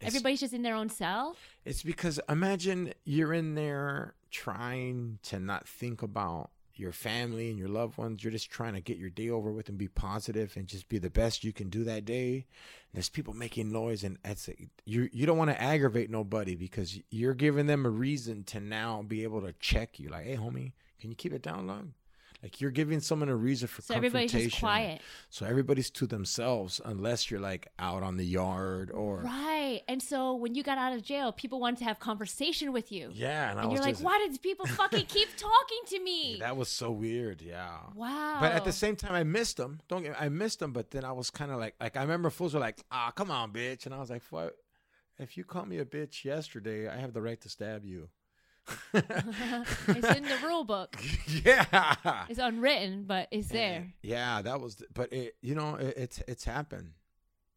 [SPEAKER 4] It's-
[SPEAKER 3] Everybody's just in their own cell?
[SPEAKER 4] It's because imagine you're in there trying to not think about your family and your loved ones. You're just trying to get your day over with and be positive and just be the best you can do that day. And there's people making noise and that's you you don't want to aggravate nobody because you're giving them a reason to now be able to check you like, "Hey homie, can you keep it down long?" Like you're giving someone a reason for
[SPEAKER 3] So everybody's just
[SPEAKER 4] confrontation.
[SPEAKER 3] quiet.
[SPEAKER 4] So everybody's to themselves unless you're like out on the yard or
[SPEAKER 3] Right. And so when you got out of jail, people wanted to have conversation with you.
[SPEAKER 4] Yeah, and, I
[SPEAKER 3] And
[SPEAKER 4] was
[SPEAKER 3] you're like,
[SPEAKER 4] just-
[SPEAKER 3] why did people fucking keep talking to me?
[SPEAKER 4] That was so weird, yeah.
[SPEAKER 3] wow.
[SPEAKER 4] But at the same time, I missed them. Don't get, I missed them, but then I was kind of like, like I remember fools were like, "Ah, come on, bitch," and I was like, "What? If you called me a bitch yesterday, I have the right to stab you."
[SPEAKER 3] it's in the rule book.
[SPEAKER 4] yeah,
[SPEAKER 3] It's unwritten, but it's there.
[SPEAKER 4] yeah. That was, but it, you know, it, it's it's happened.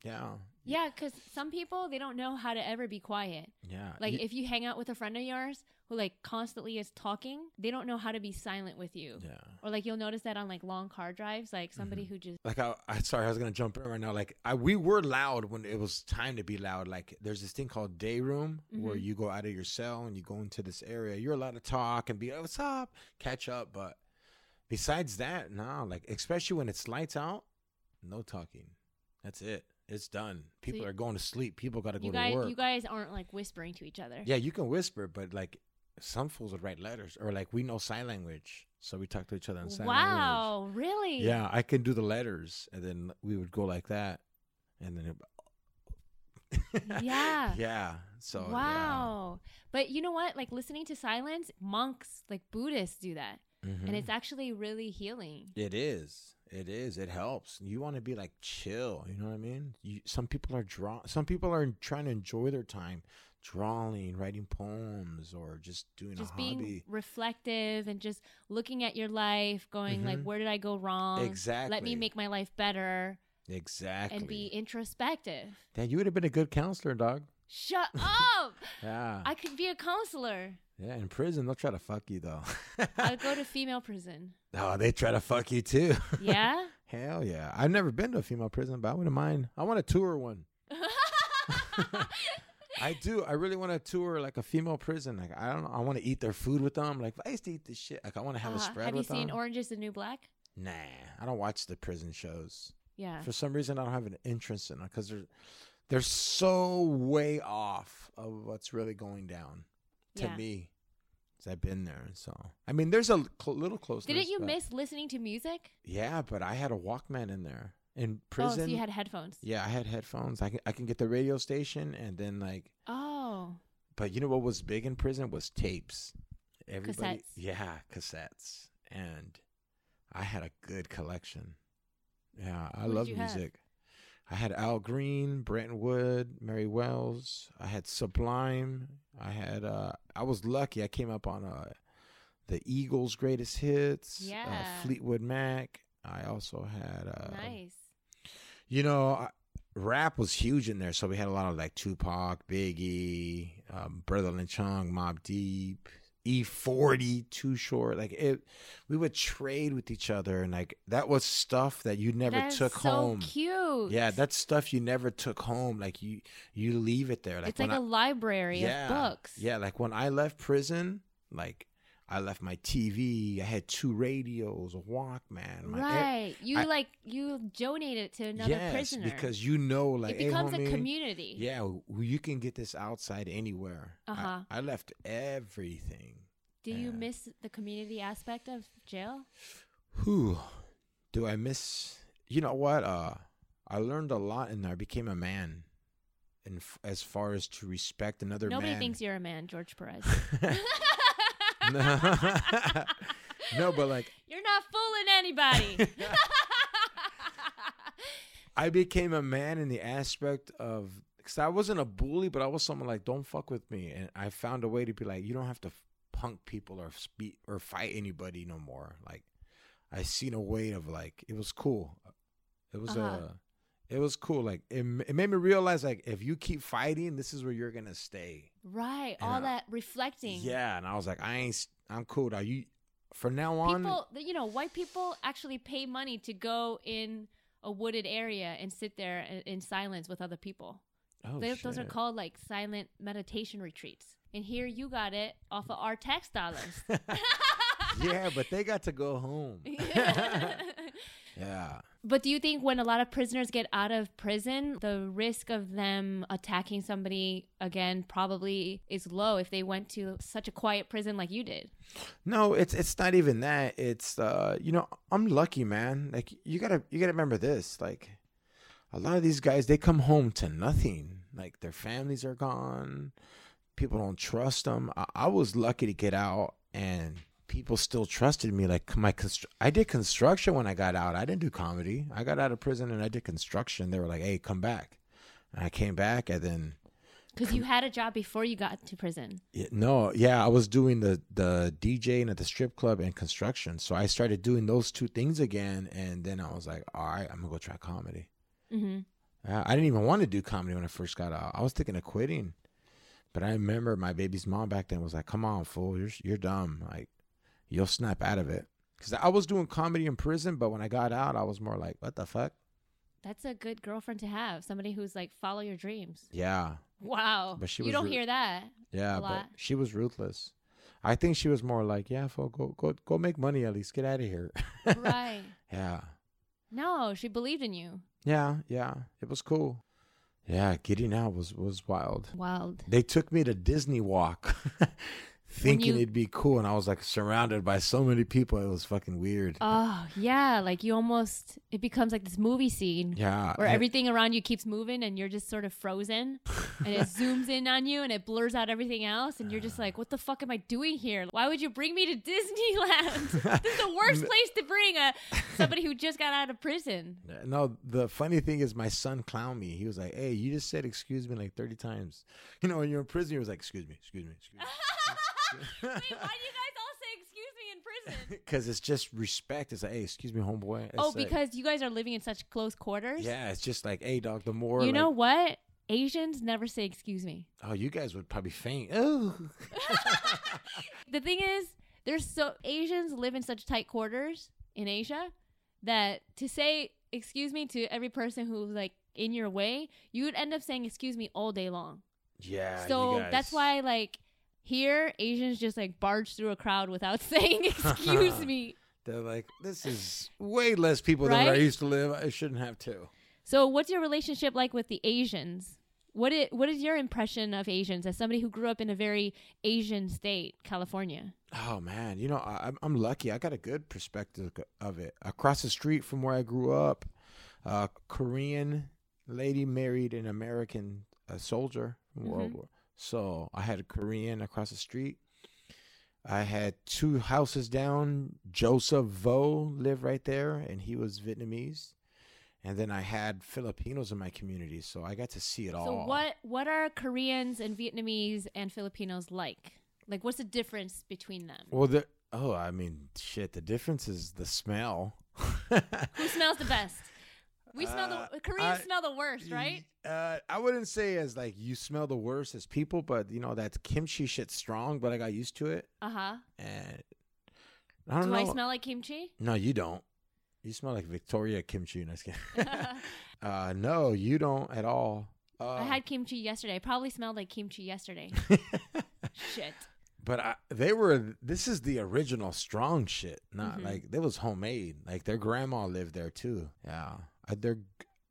[SPEAKER 4] Yeah,
[SPEAKER 3] Yeah, because some people they don't know how to ever be quiet.
[SPEAKER 4] Uh, yeah.
[SPEAKER 3] Like
[SPEAKER 4] You-
[SPEAKER 3] if you hang out with a friend of yours who like constantly is talking, they don't know how to be silent with you.
[SPEAKER 4] yeah.
[SPEAKER 3] Or like you'll notice that on like long car drives, like
[SPEAKER 4] Mm-hmm.
[SPEAKER 3] somebody who just
[SPEAKER 4] Like I, I sorry, I was gonna jump in right now. Like I, we were loud when it was time to be loud. Like there's this thing called day room
[SPEAKER 3] Mm-hmm.
[SPEAKER 4] where you go out of your cell and you go into this area. You're allowed to talk and be, oh, what's up, catch up. But besides that, no. Like especially when it's lights out, no talking. That's it. It's done. People
[SPEAKER 3] you-
[SPEAKER 4] are going to sleep. People got to go
[SPEAKER 3] you guys
[SPEAKER 4] to work.
[SPEAKER 3] you guys aren't like whispering to each other.
[SPEAKER 4] yeah, you can whisper, but like some fools would write letters or like we know sign language, so we talk to each other in sign language.
[SPEAKER 3] Wow, really?
[SPEAKER 4] Yeah, I can do the letters, and then we would go like that, and then it,
[SPEAKER 3] Yeah.
[SPEAKER 4] yeah. So yeah.
[SPEAKER 3] wow. But you know what? Like listening to silence, monks, like Buddhists do that. And
[SPEAKER 4] Mhm.
[SPEAKER 3] it's actually really healing.
[SPEAKER 4] it is, it is, it helps. You want to be like chill, you know what I mean? You, some people are draw, some people are trying to enjoy their time, drawing, writing poems, or just doing
[SPEAKER 3] Just
[SPEAKER 4] a
[SPEAKER 3] being
[SPEAKER 4] hobby.
[SPEAKER 3] reflective and just looking at your life, going like,
[SPEAKER 4] Mhm.
[SPEAKER 3] where did I go wrong? Let me
[SPEAKER 4] Exactly.
[SPEAKER 3] make my life better
[SPEAKER 4] Exactly.
[SPEAKER 3] and be introspective.
[SPEAKER 4] Then you would have been a good counselor, dog.
[SPEAKER 3] Shut up!
[SPEAKER 4] Yeah.
[SPEAKER 3] I could be a counselor.
[SPEAKER 4] yeah. In prison, they'll try to fuck you though.
[SPEAKER 3] I'll go to female prison.
[SPEAKER 4] oh, they try to fuck you too.
[SPEAKER 3] Yeah?
[SPEAKER 4] Hell yeah. I've never been to a female prison, but I wouldn't mind. I want to tour one. I do. I really want to tour like a female prison. Like I don't know. I want to eat their food with them. Like I used to eat this shit. Like I want to have a
[SPEAKER 3] Uh-huh.
[SPEAKER 4] spread
[SPEAKER 3] have you
[SPEAKER 4] with
[SPEAKER 3] seen
[SPEAKER 4] them.
[SPEAKER 3] Orange is the New Black?
[SPEAKER 4] nah, I don't watch the prison shows.
[SPEAKER 3] Yeah.
[SPEAKER 4] For some reason, I don't have an interest in them because they're they're so way off of what's really going down to
[SPEAKER 3] Yeah.
[SPEAKER 4] me. 'Cause I've been there, so I mean, there's a cl- little closeness.
[SPEAKER 3] Didn't you
[SPEAKER 4] but-
[SPEAKER 3] miss listening to music?
[SPEAKER 4] Yeah, but I had a Walkman in there in prison.
[SPEAKER 3] Oh, so you had headphones.
[SPEAKER 4] yeah, I had headphones. I can I can get the radio station, and then like,
[SPEAKER 3] Oh,
[SPEAKER 4] but you know what was big in prison was tapes. Everybody,
[SPEAKER 3] Cassettes.
[SPEAKER 4] yeah, cassettes, and I had a good collection. Yeah, I
[SPEAKER 3] Who did
[SPEAKER 4] love
[SPEAKER 3] you have?
[SPEAKER 4] music. I had Al Green, Brent Wood, Mary Wells. I had Sublime. I had. uh I was lucky. I came up on uh the Eagles' greatest hits.
[SPEAKER 3] Yeah.
[SPEAKER 4] Uh, Fleetwood Mac. I also had. uh
[SPEAKER 3] nice.
[SPEAKER 4] You know, I, rap was huge in there, so we had a lot of like Tupac, Biggie, um, Brother Lynch Chung, Mob Deep. E40 Too Short, like it, we would trade with each other, and like that was stuff that you never
[SPEAKER 3] That's
[SPEAKER 4] took
[SPEAKER 3] so
[SPEAKER 4] home.
[SPEAKER 3] cute.
[SPEAKER 4] Yeah, that's stuff you never took home. Like you, you leave it there. Like
[SPEAKER 3] it's like
[SPEAKER 4] a
[SPEAKER 3] a library
[SPEAKER 4] yeah,
[SPEAKER 3] of books.
[SPEAKER 4] Yeah, like when I left prison, like I left my TV. I had two radios, a Walkman. My,
[SPEAKER 3] right. you
[SPEAKER 4] I-
[SPEAKER 3] like you donate it to another
[SPEAKER 4] yes,
[SPEAKER 3] prisoner
[SPEAKER 4] because you know, like
[SPEAKER 3] it becomes
[SPEAKER 4] hey, homie,
[SPEAKER 3] a community.
[SPEAKER 4] Yeah, w- you can get this outside anywhere. I-
[SPEAKER 3] Uh-huh.
[SPEAKER 4] I, left everything.
[SPEAKER 3] Do you
[SPEAKER 4] Yeah.
[SPEAKER 3] miss the community aspect of jail?
[SPEAKER 4] Who do I miss? You know what? Uh, I learned a lot in there. I became a man, and f- as far as to respect another
[SPEAKER 3] Nobody
[SPEAKER 4] man.
[SPEAKER 3] thinks you're a man, George Perez.
[SPEAKER 4] no. No, but like
[SPEAKER 3] You're not fooling anybody.
[SPEAKER 4] I became a man in the aspect of because I wasn't a bully, but I was someone like don't fuck with me, and I found a way to be like you don't have to punk people or speak or fight anybody no more. Like I seen a way of like it was cool. It was
[SPEAKER 3] Uh-huh.
[SPEAKER 4] a it was cool. Like it, m- it made me realize like if you keep fighting, this is where you're gonna stay.
[SPEAKER 3] right.
[SPEAKER 4] Yeah.
[SPEAKER 3] All that reflecting.
[SPEAKER 4] Yeah, and I was like I ain't s- I'm cool. Now you from now on.
[SPEAKER 3] People, you know, white people actually pay money to go in a wooded area and sit there in, in silence with other people.
[SPEAKER 4] oh,
[SPEAKER 3] Those- those are
[SPEAKER 4] shit.
[SPEAKER 3] called like silent meditation retreats. And here you got it off of our tax dollars.
[SPEAKER 4] yeah, but they got to go home. yeah.
[SPEAKER 3] But do you think when a lot of prisoners get out of prison, the risk of them attacking somebody again probably is low if they went to such a quiet prison like you did?
[SPEAKER 4] No, it's it's not even that. It's uh, you know, I'm lucky, man. Like you gotta you gotta remember this. Like a lot of these guys, they come home to nothing. Like their families are gone. People don't trust them. I, I was lucky to get out, and people still trusted me. Like my constr- I did construction when I got out. I didn't do comedy. I got out of prison and I did construction. They were like, "Hey, come back," and I came back, and then.
[SPEAKER 3] Because you had a job before you got to prison.
[SPEAKER 4] Yeah, no, yeah, I was doing the the DJing at the strip club and construction. So I started doing those two things again, and then I was like, all right, I'm gonna go try comedy.
[SPEAKER 3] Mm-hmm.
[SPEAKER 4] Uh, I didn't even want to do comedy when I first got out. I was thinking of quitting, but I remember my baby's mom back then was like, "Come on, fool, you're you're dumb. Like, you'll snap out of it." Because I was doing comedy in prison, but when I got out, I was more like, "What the fuck?"
[SPEAKER 3] That's a good girlfriend to have. Somebody who's like, follow your dreams.
[SPEAKER 4] Yeah,
[SPEAKER 3] Wow.
[SPEAKER 4] But she
[SPEAKER 3] you
[SPEAKER 4] was
[SPEAKER 3] don't
[SPEAKER 4] re-
[SPEAKER 3] hear that.
[SPEAKER 4] Yeah,
[SPEAKER 3] a
[SPEAKER 4] but
[SPEAKER 3] lot.
[SPEAKER 4] she was ruthless. I think she was more like, "Yeah, fool, go go go make money at least. Get out of here."
[SPEAKER 3] right.
[SPEAKER 4] Yeah,
[SPEAKER 3] No, she believed in you.
[SPEAKER 4] yeah, yeah. It was cool. Yeah, getting out was was wild.
[SPEAKER 3] Wild.
[SPEAKER 4] They took me to Disney Walk, thinking
[SPEAKER 3] you-
[SPEAKER 4] it'd be cool, and I was like surrounded by so many people. It was fucking weird.
[SPEAKER 3] Oh, yeah. Like you almost, it becomes like this movie scene.
[SPEAKER 4] yeah,
[SPEAKER 3] where
[SPEAKER 4] and-
[SPEAKER 3] everything around you keeps moving and you're just sort of frozen and it zooms in on you and it blurs out everything else and you're just like what the fuck am i doing here why would you bring me to disneyland this is the worst place to bring a somebody who just got out of prison
[SPEAKER 4] No, the funny thing is, my son clowned me. He was like, "Hey, you just said excuse me like thirty times." You know, when you're in prison, he was like, "Excuse me, excuse me, excuse me."
[SPEAKER 3] wait why do you guys all say excuse me in prison
[SPEAKER 4] Because it's just respect. It's like, "Hey, excuse me, homeboy." It's
[SPEAKER 3] oh
[SPEAKER 4] like-
[SPEAKER 3] because you guys are living in such close quarters
[SPEAKER 4] yeah, it's just like, "Hey, dog." The more
[SPEAKER 3] you
[SPEAKER 4] like-
[SPEAKER 3] know what asians never say excuse me
[SPEAKER 4] oh, you guys would probably faint. Oh,
[SPEAKER 3] the thing is, there's so Asians live in such tight quarters in Asia that to say excuse me to every person who's like in your way, you would end up saying excuse me all day long.
[SPEAKER 4] yeah. Ah, you
[SPEAKER 3] so
[SPEAKER 4] guys-
[SPEAKER 3] that's why like here Asians just like barge through a crowd without saying excuse me.
[SPEAKER 4] They're like, this is way less people than where I
[SPEAKER 3] Right?
[SPEAKER 4] used to live. I shouldn't have to.
[SPEAKER 3] So, what's your relationship like with the Asians? What is, what is your impression of Asians as somebody who grew up in a very Asian state, California?
[SPEAKER 4] Oh man, you know I, I'm- I'm lucky. I got a good perspective of it. Across the street from where I grew up, a Korean lady married an American uh soldier from World
[SPEAKER 3] Mm-hmm.
[SPEAKER 4] War. So I had a Korean across the street. I had two houses down. Joseph Vo lived right there, and he was Vietnamese. And then I had Filipinos in my community, so I got to see it all.
[SPEAKER 3] So, what what are Koreans and Vietnamese and Filipinos like? Like, what's the difference between them?
[SPEAKER 4] Well, the oh, I mean, shit. The difference is the smell.
[SPEAKER 3] Who smells the best? We smell the
[SPEAKER 4] Uh,
[SPEAKER 3] Koreans
[SPEAKER 4] I-
[SPEAKER 3] smell the worst, right?
[SPEAKER 4] Uh, I wouldn't say as like you smell the worst as people, but you know that kimchi shit's strong. But I got used to it,
[SPEAKER 3] Uh huh.
[SPEAKER 4] and I don't
[SPEAKER 3] Do
[SPEAKER 4] know.
[SPEAKER 3] I smell like kimchi?
[SPEAKER 4] no, you don't. You smell like Victoria kimchi. No, just kidding. uh, no, you don't at all. Uh,
[SPEAKER 3] I had kimchi yesterday. I probably smelled like kimchi yesterday. Shit.
[SPEAKER 4] but I, they were. This is the original strong shit. Not
[SPEAKER 3] Mhm.
[SPEAKER 4] like that was homemade. Like their grandma lived there too. Yeah, uh, their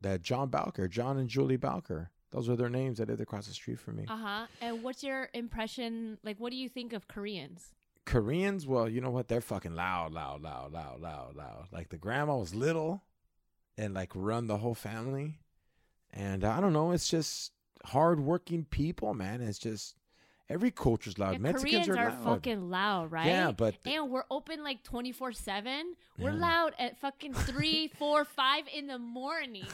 [SPEAKER 4] that John Balker, John and Julie Balker. Those were their names. They lived across the street from me.
[SPEAKER 3] Uh huh. And what's your impression? Like, what do you think of Koreans?
[SPEAKER 4] Koreans, well, you know what? They're fucking loud, loud, loud, loud, loud, loud. Like the grandma was little and like run the whole family. And uh, I don't know, it's just hardworking people, man. It's just every culture's loud.
[SPEAKER 3] Yeah,
[SPEAKER 4] Mexicans
[SPEAKER 3] Koreans are,
[SPEAKER 4] loud.
[SPEAKER 3] fucking loud, right?
[SPEAKER 4] Yeah, but-
[SPEAKER 3] and we're open like twenty four seven. We're
[SPEAKER 4] Yeah.
[SPEAKER 3] loud at fucking three, four, five in the morning,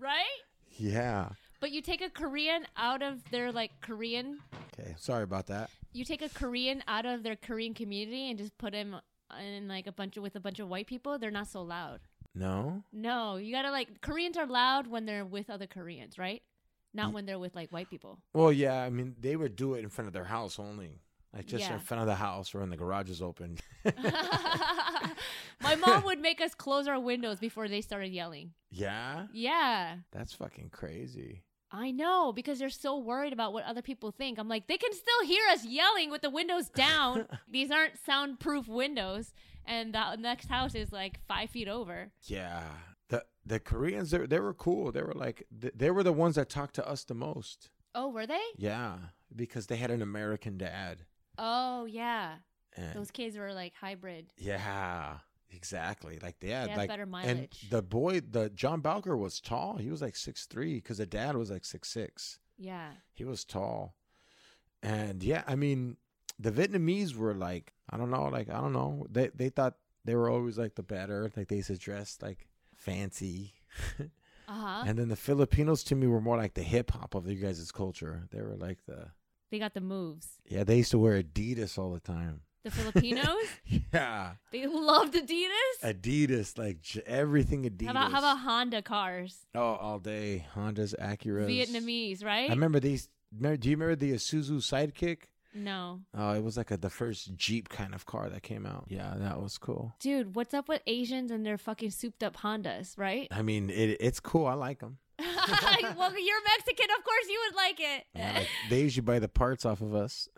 [SPEAKER 3] right?
[SPEAKER 4] Yeah.
[SPEAKER 3] But you take a Korean out of their like Korean,
[SPEAKER 4] Okay. Sorry about that.
[SPEAKER 3] you take a Korean out of their Korean community and just put him in like a bunch of with a bunch of white people. They're not so loud.
[SPEAKER 4] No?
[SPEAKER 3] No, you gotta like Koreans are loud when they're with other Koreans, right? Not when they're with like white people.
[SPEAKER 4] Well, yeah, I mean they would do it in front of their house only. Like just
[SPEAKER 3] Yeah.
[SPEAKER 4] in front of the house or when the garage is open.
[SPEAKER 3] My mom would make us close our windows before they started yelling.
[SPEAKER 4] yeah?
[SPEAKER 3] Yeah.
[SPEAKER 4] That's fucking crazy.
[SPEAKER 3] I know because they're so worried about what other people think. I'm like, they can still hear us yelling with the windows down. These aren't soundproof windows. And the next house is like five feet over.
[SPEAKER 4] Yeah. The the Koreans they, they were cool. They were like th- they were the ones that talked to us the most.
[SPEAKER 3] Oh, were they?
[SPEAKER 4] Yeah, because they had an American dad.
[SPEAKER 3] Oh, yeah.
[SPEAKER 4] And
[SPEAKER 3] Those kids were like hybrid.
[SPEAKER 4] yeah, exactly. Like they had
[SPEAKER 3] They have
[SPEAKER 4] like
[SPEAKER 3] better
[SPEAKER 4] and
[SPEAKER 3] mileage.
[SPEAKER 4] the boy, the John Balker was tall. He was like six three because the dad was like six six.
[SPEAKER 3] Yeah.
[SPEAKER 4] He was tall, and yeah, I mean the Vietnamese were like I don't know, like I don't know. They they thought they were always like the better. Like they used to dress like fancy.
[SPEAKER 3] Uh huh.
[SPEAKER 4] And then the Filipinos to me were more like the hip hop of you guys' culture. They were like the
[SPEAKER 3] They got the moves.
[SPEAKER 4] yeah. They used to wear Adidas all the time.
[SPEAKER 3] The Filipinos,
[SPEAKER 4] Yeah,
[SPEAKER 3] they loved Adidas.
[SPEAKER 4] Adidas like j- everything Adidas.
[SPEAKER 3] How about how about Honda cars?
[SPEAKER 4] oh all day Hondas, Acuras,
[SPEAKER 3] Vietnamese, right?
[SPEAKER 4] I remember these. remember- Do you remember the Isuzu Sidekick?
[SPEAKER 3] no.
[SPEAKER 4] Oh, it was like a, the first Jeep kind of car that came out. Yeah, that was cool.
[SPEAKER 3] Dude, what's up with Asians and their fucking souped up Hondas, right?
[SPEAKER 4] I mean, it, it's cool. I like them.
[SPEAKER 3] well, you're Mexican, of course you would like it.
[SPEAKER 4] they usually buy the parts off of us.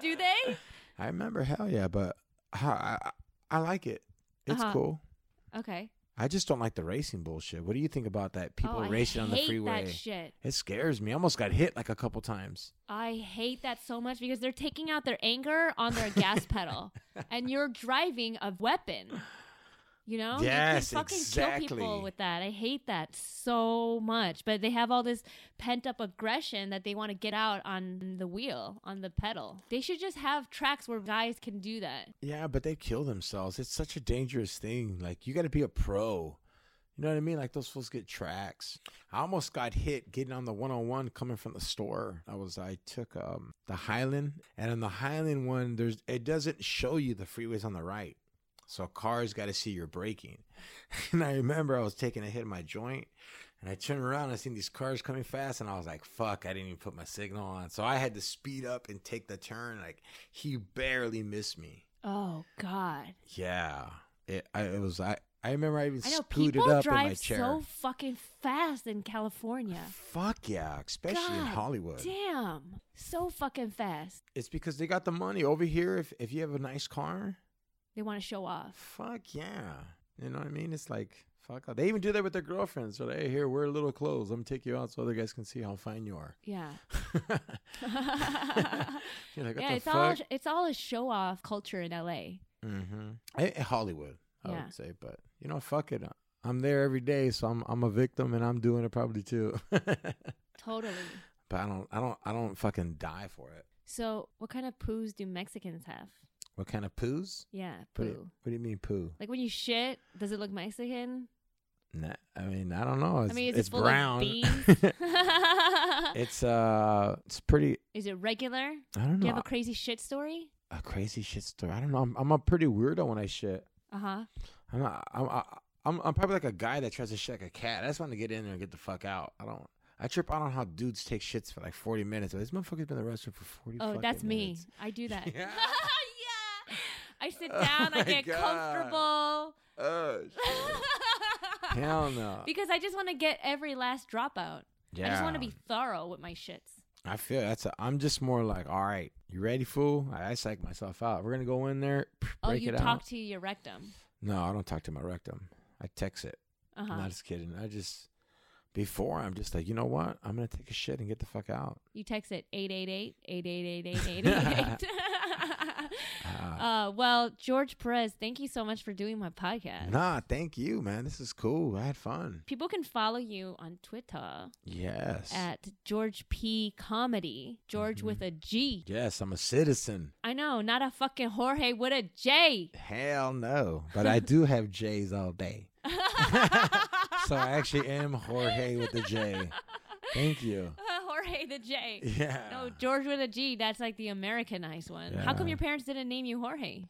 [SPEAKER 3] Do they?
[SPEAKER 4] I remember, hell yeah, but I I, I like it. It's
[SPEAKER 3] Uh-huh.
[SPEAKER 4] cool.
[SPEAKER 3] Okay.
[SPEAKER 4] I just don't like the racing bullshit. What do you think about that? People
[SPEAKER 3] oh, I
[SPEAKER 4] racing on the
[SPEAKER 3] hate
[SPEAKER 4] freeway.
[SPEAKER 3] That shit.
[SPEAKER 4] it scares me. I almost got hit like a couple times.
[SPEAKER 3] I hate that so much because they're taking out their anger on their gas pedal, and you're driving a weapon. You know,
[SPEAKER 4] Yes,
[SPEAKER 3] you can fucking kill
[SPEAKER 4] exactly.
[SPEAKER 3] people with that. I hate that so much. But they have all this pent up aggression that they want to get out on the wheel, on the pedal. They should just have tracks where guys can do that.
[SPEAKER 4] Yeah, but they kill themselves. It's such a dangerous thing. Like you got to be a pro. You know what I mean? Like those fools get tracks. I almost got hit getting on the 101 coming from the store. I was I took um the Highland and on the Highland one there's it doesn't show you the freeways on the right. So cars got to see your braking. And I remember I was taking a hit in my joint and I turned around and I seen these cars coming fast and I was like, fuck, I didn't even put my signal on. So I had to speed up and take the turn. Like he barely missed me.
[SPEAKER 3] Oh God!
[SPEAKER 4] Yeah, it, I, it was. I, I remember I even
[SPEAKER 3] I know
[SPEAKER 4] scooted
[SPEAKER 3] people
[SPEAKER 4] up in my
[SPEAKER 3] drive
[SPEAKER 4] chair.
[SPEAKER 3] so fucking fast in California.
[SPEAKER 4] Fuck yeah, especially in
[SPEAKER 3] God
[SPEAKER 4] Hollywood.
[SPEAKER 3] Damn, so fucking fast.
[SPEAKER 4] It's because they got the money over here. If if you have a nice car,
[SPEAKER 3] They want to show off.
[SPEAKER 4] fuck yeah, you know what I mean. It's like Fuck off. They even do that with their girlfriends. So hey, here, wear little clothes. Let me take you out so other guys can see how fine you are.
[SPEAKER 3] Yeah.
[SPEAKER 4] You're like, what
[SPEAKER 3] yeah,
[SPEAKER 4] the
[SPEAKER 3] it's
[SPEAKER 4] fuck?
[SPEAKER 3] all it's all a show off culture in LA.
[SPEAKER 4] mm-hmm. I, Hollywood, I
[SPEAKER 3] Yeah.
[SPEAKER 4] would say. But you know, fuck it. I'm there every day, so I'm I'm a victim, and I'm doing it probably too. but
[SPEAKER 3] Totally.
[SPEAKER 4] I don't, I don't, I don't fucking die for it.
[SPEAKER 3] So, what kind of poos do Mexicans have?
[SPEAKER 4] What kind of poos?
[SPEAKER 3] Yeah,
[SPEAKER 4] What
[SPEAKER 3] poo.
[SPEAKER 4] do you, what do you mean poo?
[SPEAKER 3] Like when you shit, does it look Mexican?
[SPEAKER 4] Nah, I mean, I don't know. It's,
[SPEAKER 3] mean, is it
[SPEAKER 4] it's
[SPEAKER 3] full of
[SPEAKER 4] brown.
[SPEAKER 3] beans?
[SPEAKER 4] it's uh, it's pretty.
[SPEAKER 3] Is it regular?
[SPEAKER 4] I don't
[SPEAKER 3] Do
[SPEAKER 4] know.
[SPEAKER 3] you have a crazy shit story?
[SPEAKER 4] a crazy shit story. I don't know. I'm, I'm a pretty weirdo when I shit.
[SPEAKER 3] Uh huh.
[SPEAKER 4] I'm not, I'm I- I'm I'm probably like a guy that tries to shit like a cat. I just want to get in there and get the fuck out. I don't. I trip out on how dudes take shits for like 40 minutes. Like, This motherfucker's been in the restroom for 40.
[SPEAKER 3] Oh,
[SPEAKER 4] fucking
[SPEAKER 3] that's me.
[SPEAKER 4] minutes.
[SPEAKER 3] I do that.
[SPEAKER 4] Yeah.
[SPEAKER 3] Yeah. I sit
[SPEAKER 4] Oh
[SPEAKER 3] down, I
[SPEAKER 4] my
[SPEAKER 3] get
[SPEAKER 4] God. Oh, shit.
[SPEAKER 3] comfortable.
[SPEAKER 4] hell no.
[SPEAKER 3] because I just want to get every last drop out.
[SPEAKER 4] Yeah.
[SPEAKER 3] I just want to be thorough with my shits.
[SPEAKER 4] I feel that's. A, I'm just more like, all right, you ready, fool? I, I psych myself out. We're gonna go in there, break
[SPEAKER 3] Oh, you
[SPEAKER 4] it
[SPEAKER 3] talk
[SPEAKER 4] out.
[SPEAKER 3] to your rectum.
[SPEAKER 4] No, I don't talk to my rectum. I text it.
[SPEAKER 3] Uh huh.
[SPEAKER 4] I'm not just kidding. I just before I'm just like, you know what? I'm gonna take a shit and get the fuck out.
[SPEAKER 3] You text it 888 888 888.
[SPEAKER 4] Uh,
[SPEAKER 3] Uh, well, George Perez, thank you so much for doing my podcast.
[SPEAKER 4] Nah, thank you, man. This is cool. I had fun.
[SPEAKER 3] People can follow you on Twitter
[SPEAKER 4] Yes.
[SPEAKER 3] at George P Comedy, George with
[SPEAKER 4] Mm-hmm.
[SPEAKER 3] a G.
[SPEAKER 4] yes, I'm a citizen.
[SPEAKER 3] I know, not a fucking Jorge with a J.
[SPEAKER 4] Hell no. But I do have J's all day. so I actually am Jorge with the J. Thank you.
[SPEAKER 3] Jorge the J.
[SPEAKER 4] Yeah.
[SPEAKER 3] No, George with a G. That's like the Americanized one. How come
[SPEAKER 4] Yeah.
[SPEAKER 3] your parents didn't name you Jorge?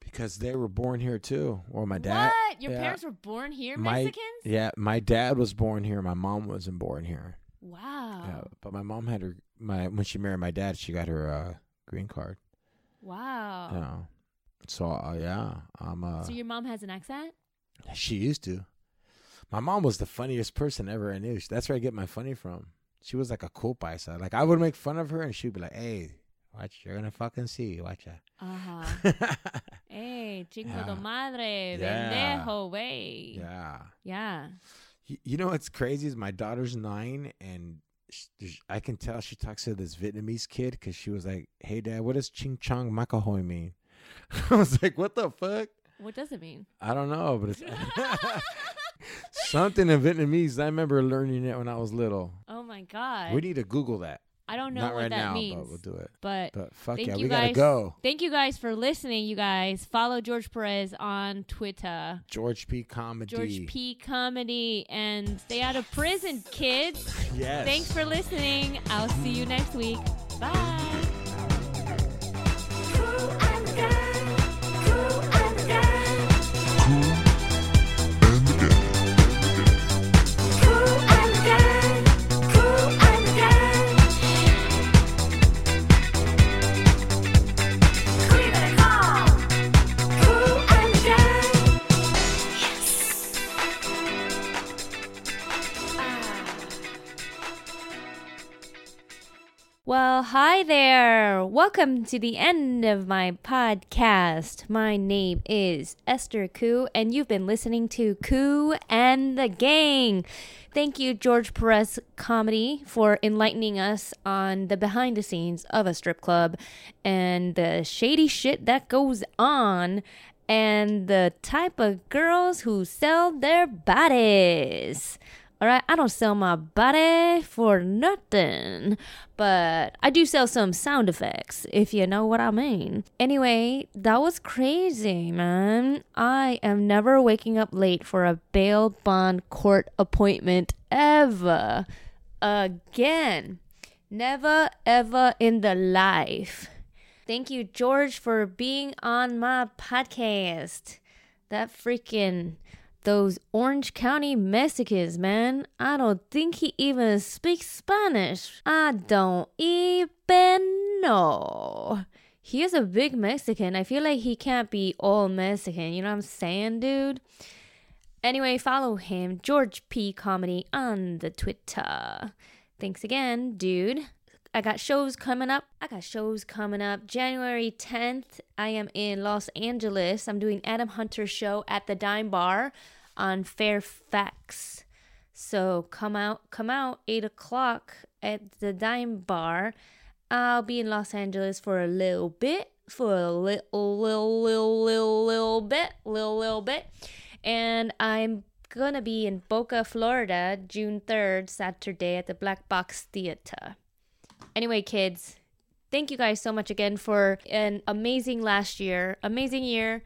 [SPEAKER 4] because they were born here too. Or my dad.
[SPEAKER 3] what? Your
[SPEAKER 4] yeah.
[SPEAKER 3] parents were born here,
[SPEAKER 4] My-
[SPEAKER 3] Mexicans?
[SPEAKER 4] Yeah, my dad was born here. My mom wasn't born here.
[SPEAKER 3] Wow.
[SPEAKER 4] Yeah, but my mom had her my when she married my dad, she got her uh, green card.
[SPEAKER 3] Wow.
[SPEAKER 4] Yeah. So uh, yeah, I'm uh,
[SPEAKER 3] Oh. So your mom has an accent?
[SPEAKER 4] She used to. My mom was the funniest person ever I knew. That's where I get my funny from. She was like a cool paisa. Like I would make fun of her, and she'd be like, "Hey, watch, you're gonna fucking see. Watch
[SPEAKER 3] Uh huh.
[SPEAKER 4] out."
[SPEAKER 3] hey, chingo
[SPEAKER 4] Yeah.
[SPEAKER 3] de madre,
[SPEAKER 4] Yeah.
[SPEAKER 3] bendejo, way.
[SPEAKER 4] yeah.
[SPEAKER 3] Yeah.
[SPEAKER 4] You, you know what's crazy is my daughter's nine, and sh sh- I can tell she talks to this Vietnamese kid because she was like, "Hey, dad, what does ching chong makahoy mean?" I was like, "What the fuck?
[SPEAKER 3] What does it mean?
[SPEAKER 4] I don't know, but it's." Something in Vietnamese. I remember learning it when I was little.
[SPEAKER 3] Oh my god.
[SPEAKER 4] We need to Google that.
[SPEAKER 3] I don't know
[SPEAKER 4] Not
[SPEAKER 3] what
[SPEAKER 4] right
[SPEAKER 3] that
[SPEAKER 4] now,
[SPEAKER 3] means.
[SPEAKER 4] but we'll do it.
[SPEAKER 3] But
[SPEAKER 4] But fuck
[SPEAKER 3] thank
[SPEAKER 4] yeah,
[SPEAKER 3] you
[SPEAKER 4] we
[SPEAKER 3] guys.
[SPEAKER 4] gotta go.
[SPEAKER 3] Thank you guys for listening, you guys. Follow George Perez on Twitter.
[SPEAKER 4] George P. Comedy.
[SPEAKER 3] George P Comedy and stay out of prison, kids.
[SPEAKER 4] Yes.
[SPEAKER 3] Thanks for listening. I'll see you next week. Bye.
[SPEAKER 1] Cool and the gang, cool and the gang, cool and the gang, cool and the gang. Cream and calm, cool and the gang. Yes. Ah.
[SPEAKER 3] Well, hi there. Welcome to the end of my podcast. My name is Esther Koo, and you've been listening to Koo and the Gang. Thank you, George Perez Comedy, for enlightening us on the behind the scenes of a strip club and the shady shit that goes on and the type of girls who sell their bodies. All right, I don't sell my body for nothing, but I do sell some sound effects, if you know what I mean. Anyway, that was crazy, man. I am never waking up late for a bail bond court appointment ever again. Never, ever in the life. Thank you, George, for being on my podcast. That freaking those Orange County Mexicans, man. I don't think he even speaks Spanish. I don't even know. He is a big Mexican. I feel like he can't be all Mexican. You know what I'm saying, dude? Anyway, follow him, George P. Comedy, on the Twitter. Thanks again, dude. I got shows coming up. I got shows coming up. January 10th, I am in Los Angeles. I'm doing Adam Hunter's show at the Dime Bar. on Fairfax. So come out, come out, eight o'clock at the Dime Bar. I'll be in Los Angeles for a little bit, for a little, little, little, little, little bit, little, little bit, and I'm gonna be in Boca, Florida, June third, Saturday at the Black Box Theater. Anyway, kids, thank you guys so much again for an amazing last year, amazing year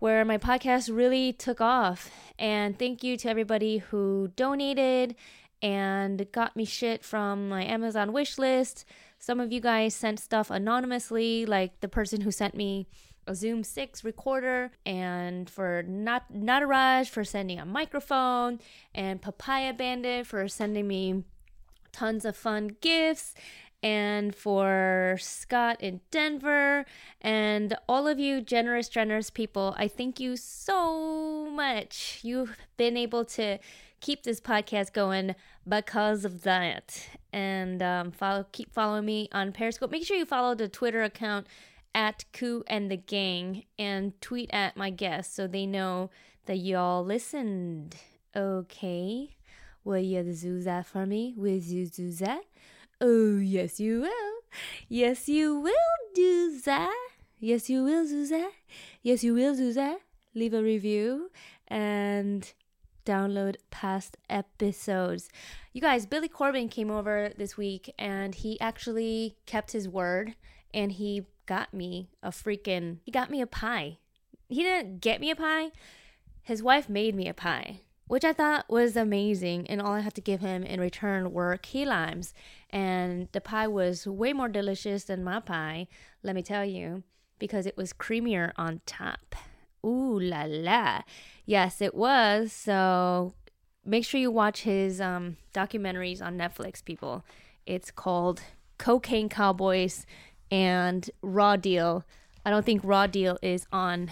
[SPEAKER 3] where my podcast really took off. And thank you to everybody who donated and got me shit from my Amazon wish list. Some of you guys sent stuff anonymously, like the person who sent me a Zoom 6 recorder and for not Nataraj for sending a microphone and Papaya Bandit for sending me tons of fun gifts and for Scott in Denver and all of you generous, generous people. I thank you so much. You've been able to keep this podcast going because of that. And um, follow, keep following me on Periscope. Make sure you follow the Twitter account at Koo and the Gang and tweet at my guests so they know that y'all listened. Okay. Will you do that for me? Will you do that? Oh, yes, you will. Yes, you will do that. Yes, you will do that. Yes, you will do that. Leave a review and download past episodes. You guys, Billy Corbin came over this week and he actually kept his word and he got me a freaking, he got me a pie. He didn't get me a pie, his wife made me a pie, which I thought was amazing. And all I had to give him in return were key limes. And the pie was way more delicious than my pie, let me tell you, because it was creamier on top. Ooh la la. Yes, it was. So make sure you watch his um, documentaries on Netflix, people. It's called Cocaine Cowboys and Raw Deal. I don't think Raw Deal is on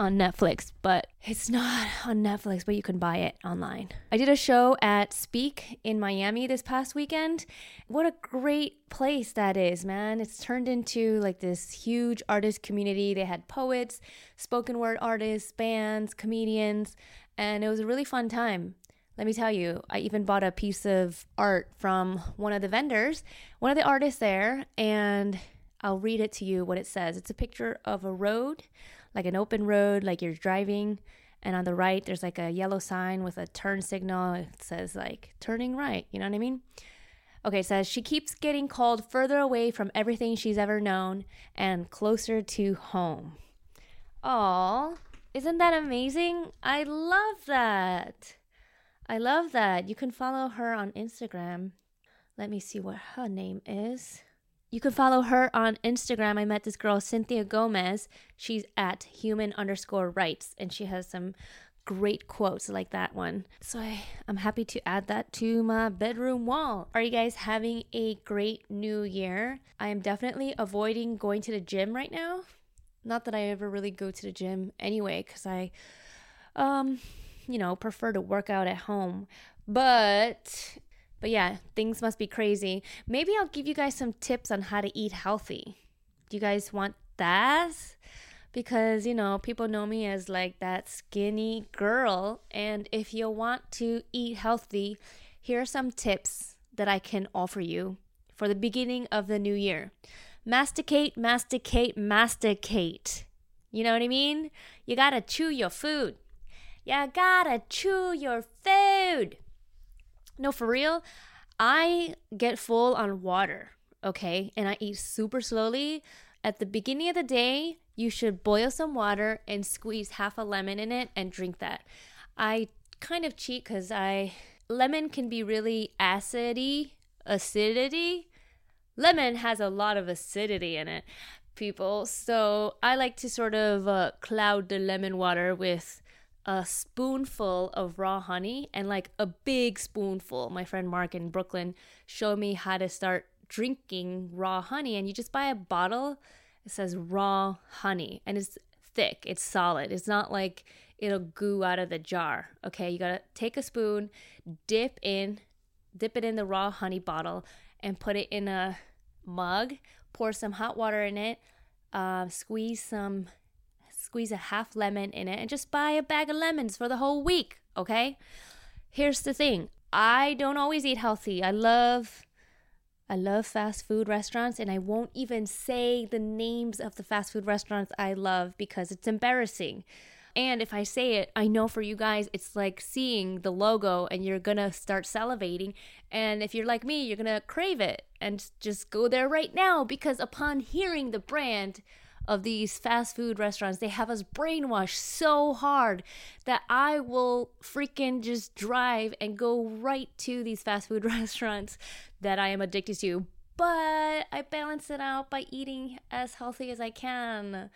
[SPEAKER 3] on Netflix, but it's not on Netflix, but you can buy it online. I did a show at Speak in Miami this past weekend. What a great place that is, man. It's turned into like this huge artist community. They had poets, spoken word artists, bands, comedians, and it was a really fun time. Let me tell you, I even bought a piece of art from one of the vendors, one of the artists there, and I'll read it to you what it says. It's a picture of a road, like an open road, like you're driving, and on the right there's like a yellow sign with a turn signal. It says like turning right, you know what I mean? Okay, it says she keeps getting called further away from everything she's ever known and closer to home. Aw, isn't that amazing? I love that. I love that. You can follow her on Instagram. Let me see what her name is. You can follow her on Instagram. I met this girl, Cynthia Gomez. She's at human underscore rights, and she has some great quotes like that one. So I, I'm happy to add that to my bedroom wall. Are you guys having a great new year? I am definitely avoiding going to the gym right now. Not that I ever really go to the gym anyway, because I um, you know, prefer to work out at home. But but yeah, things must be crazy. Maybe I'll give you guys some tips on how to eat healthy. Do you guys want that? Because, you know, people know me as like that skinny girl, and if you want to eat healthy, here are some tips that I can offer you for the beginning of the new year. Masticate, masticate, masticate. You know what I mean? You gotta chew your food. You gotta chew your food. No, for real, I get full on water, okay? And I eat super slowly. At the beginning of the day, you should boil some water and squeeze half a lemon in it and drink that. I kind of cheat because I lemon can be really acidy, acidity lemon has a lot of acidity in it, people. So I like to sort of uh, cloud the lemon water with a spoonful of raw honey and like a big spoonful. My friend Mark in Brooklyn showed me how to start drinking raw honey, and you just buy a bottle. It says raw honey, and it's thick, it's solid. It's not like it'll goo out of the jar. Okay, you gotta take a spoon, dip in dip it in the raw honey bottle and put it in a mug pour some hot water in it uh, squeeze some squeeze a half lemon in it and just buy a bag of lemons for the whole week, okay? Here's the thing. I don't always eat healthy. I love I love fast food restaurants and I won't even say the names of the fast food restaurants I love because it's embarrassing. And if I say it, I know for you guys, it's like seeing the logo and you're gonna start salivating. And if you're like me, you're gonna crave it and just go there right now because upon hearing the brand of these fast food restaurants, they have us brainwashed so hard that I will freaking just drive and go right to these fast food restaurants that I am addicted to. But I balance it out by eating as healthy as I can.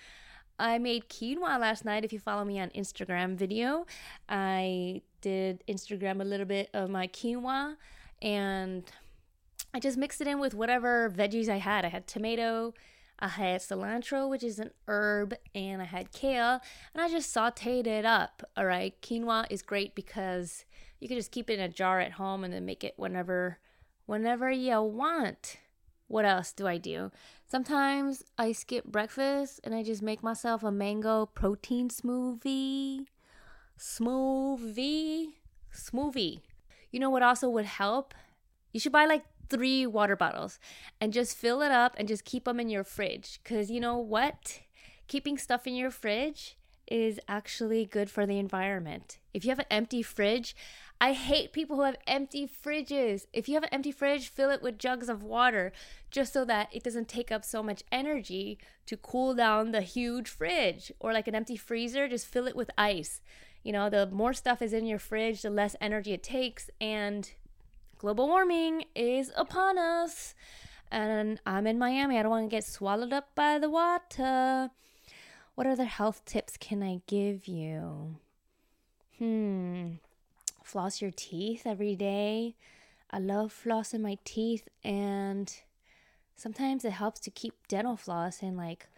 [SPEAKER 3] I made quinoa last night. If you follow me on Instagram video, I did Instagram a little bit of my quinoa and I just mixed it in with whatever veggies I had. I had tomato, I had cilantro, which is an herb, and I had kale, and I just sauteed it up. All right, quinoa is great because you can just keep it in a jar at home and then make it whenever whenever you want what else do I do? Sometimes I skip breakfast and I just make myself a mango protein smoothie. Smoothie. Smoothie. You know what also would help? You should buy like three water bottles and just fill it up and just keep them in your fridge. Because you know what? Keeping stuff in your fridge is actually good for the environment. If you have an empty fridge, I hate people who have empty fridges. If you have an empty fridge, fill it with jugs of water just so that it doesn't take up so much energy to cool down the huge fridge. Or like an empty freezer, just fill it with ice. You know, the more stuff is in your fridge, the less energy it takes. And global warming is upon us. And I'm in Miami. I don't want to get swallowed up by the water. What other health tips can I give you? Hmm. Floss your teeth every day. I love flossing my teeth, and sometimes it helps to keep dental floss in like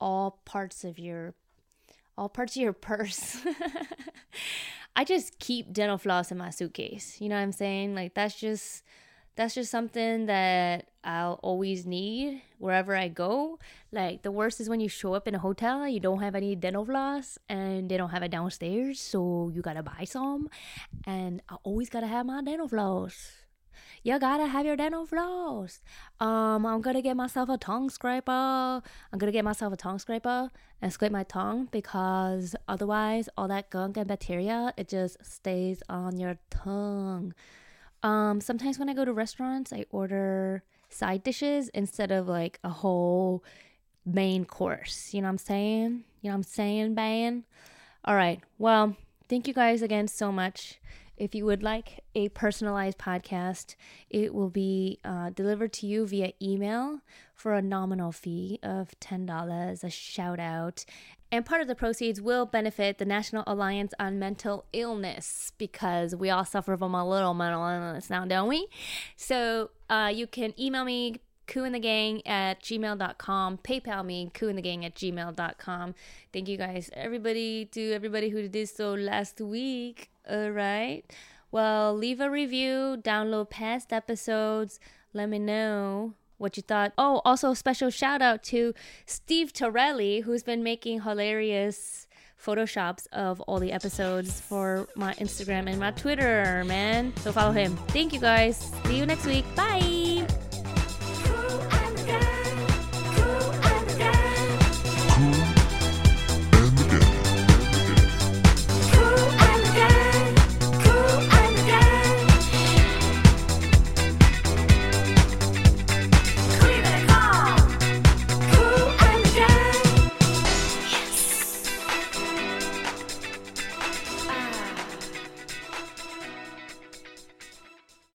[SPEAKER 3] all parts of your all parts of your purse. I just keep dental floss in my suitcase. You know what I'm saying? Like that's just that's just something that I'll always need wherever I go. Like the worst is when you show up in a hotel, you don't have any dental floss and they don't have it downstairs, so you gotta buy some. And I always gotta have my dental floss. You gotta have your dental floss. Um, I'm gonna get myself a tongue scraper. I'm gonna get myself a tongue scraper and scrape my tongue because otherwise all that gunk and bacteria it just stays on your tongue. Um, sometimes when I go to restaurants, I order side dishes instead of like a whole main course. You know what I'm saying? You know what I'm saying, man? All right. Well, thank you guys again so much. If you would like a personalized podcast, it will be uh, delivered to you via email for a nominal fee of $10, a shout out. And part of the proceeds will benefit the National Alliance on Mental Illness because we all suffer from a little mental illness now, don't we? So uh, you can email me Koo and the gang at gmail.com. PayPal me, Koo and the gang at gmail.com. Thank you guys, everybody, to everybody who did so last week. All right. Well, leave a review, download past episodes, let me know what you thought. Oh, also, special shout out to Steve Torelli, who's been making hilarious photoshops of all the episodes for my Instagram and my Twitter, man. So follow him. Thank you guys. See you next week. Bye.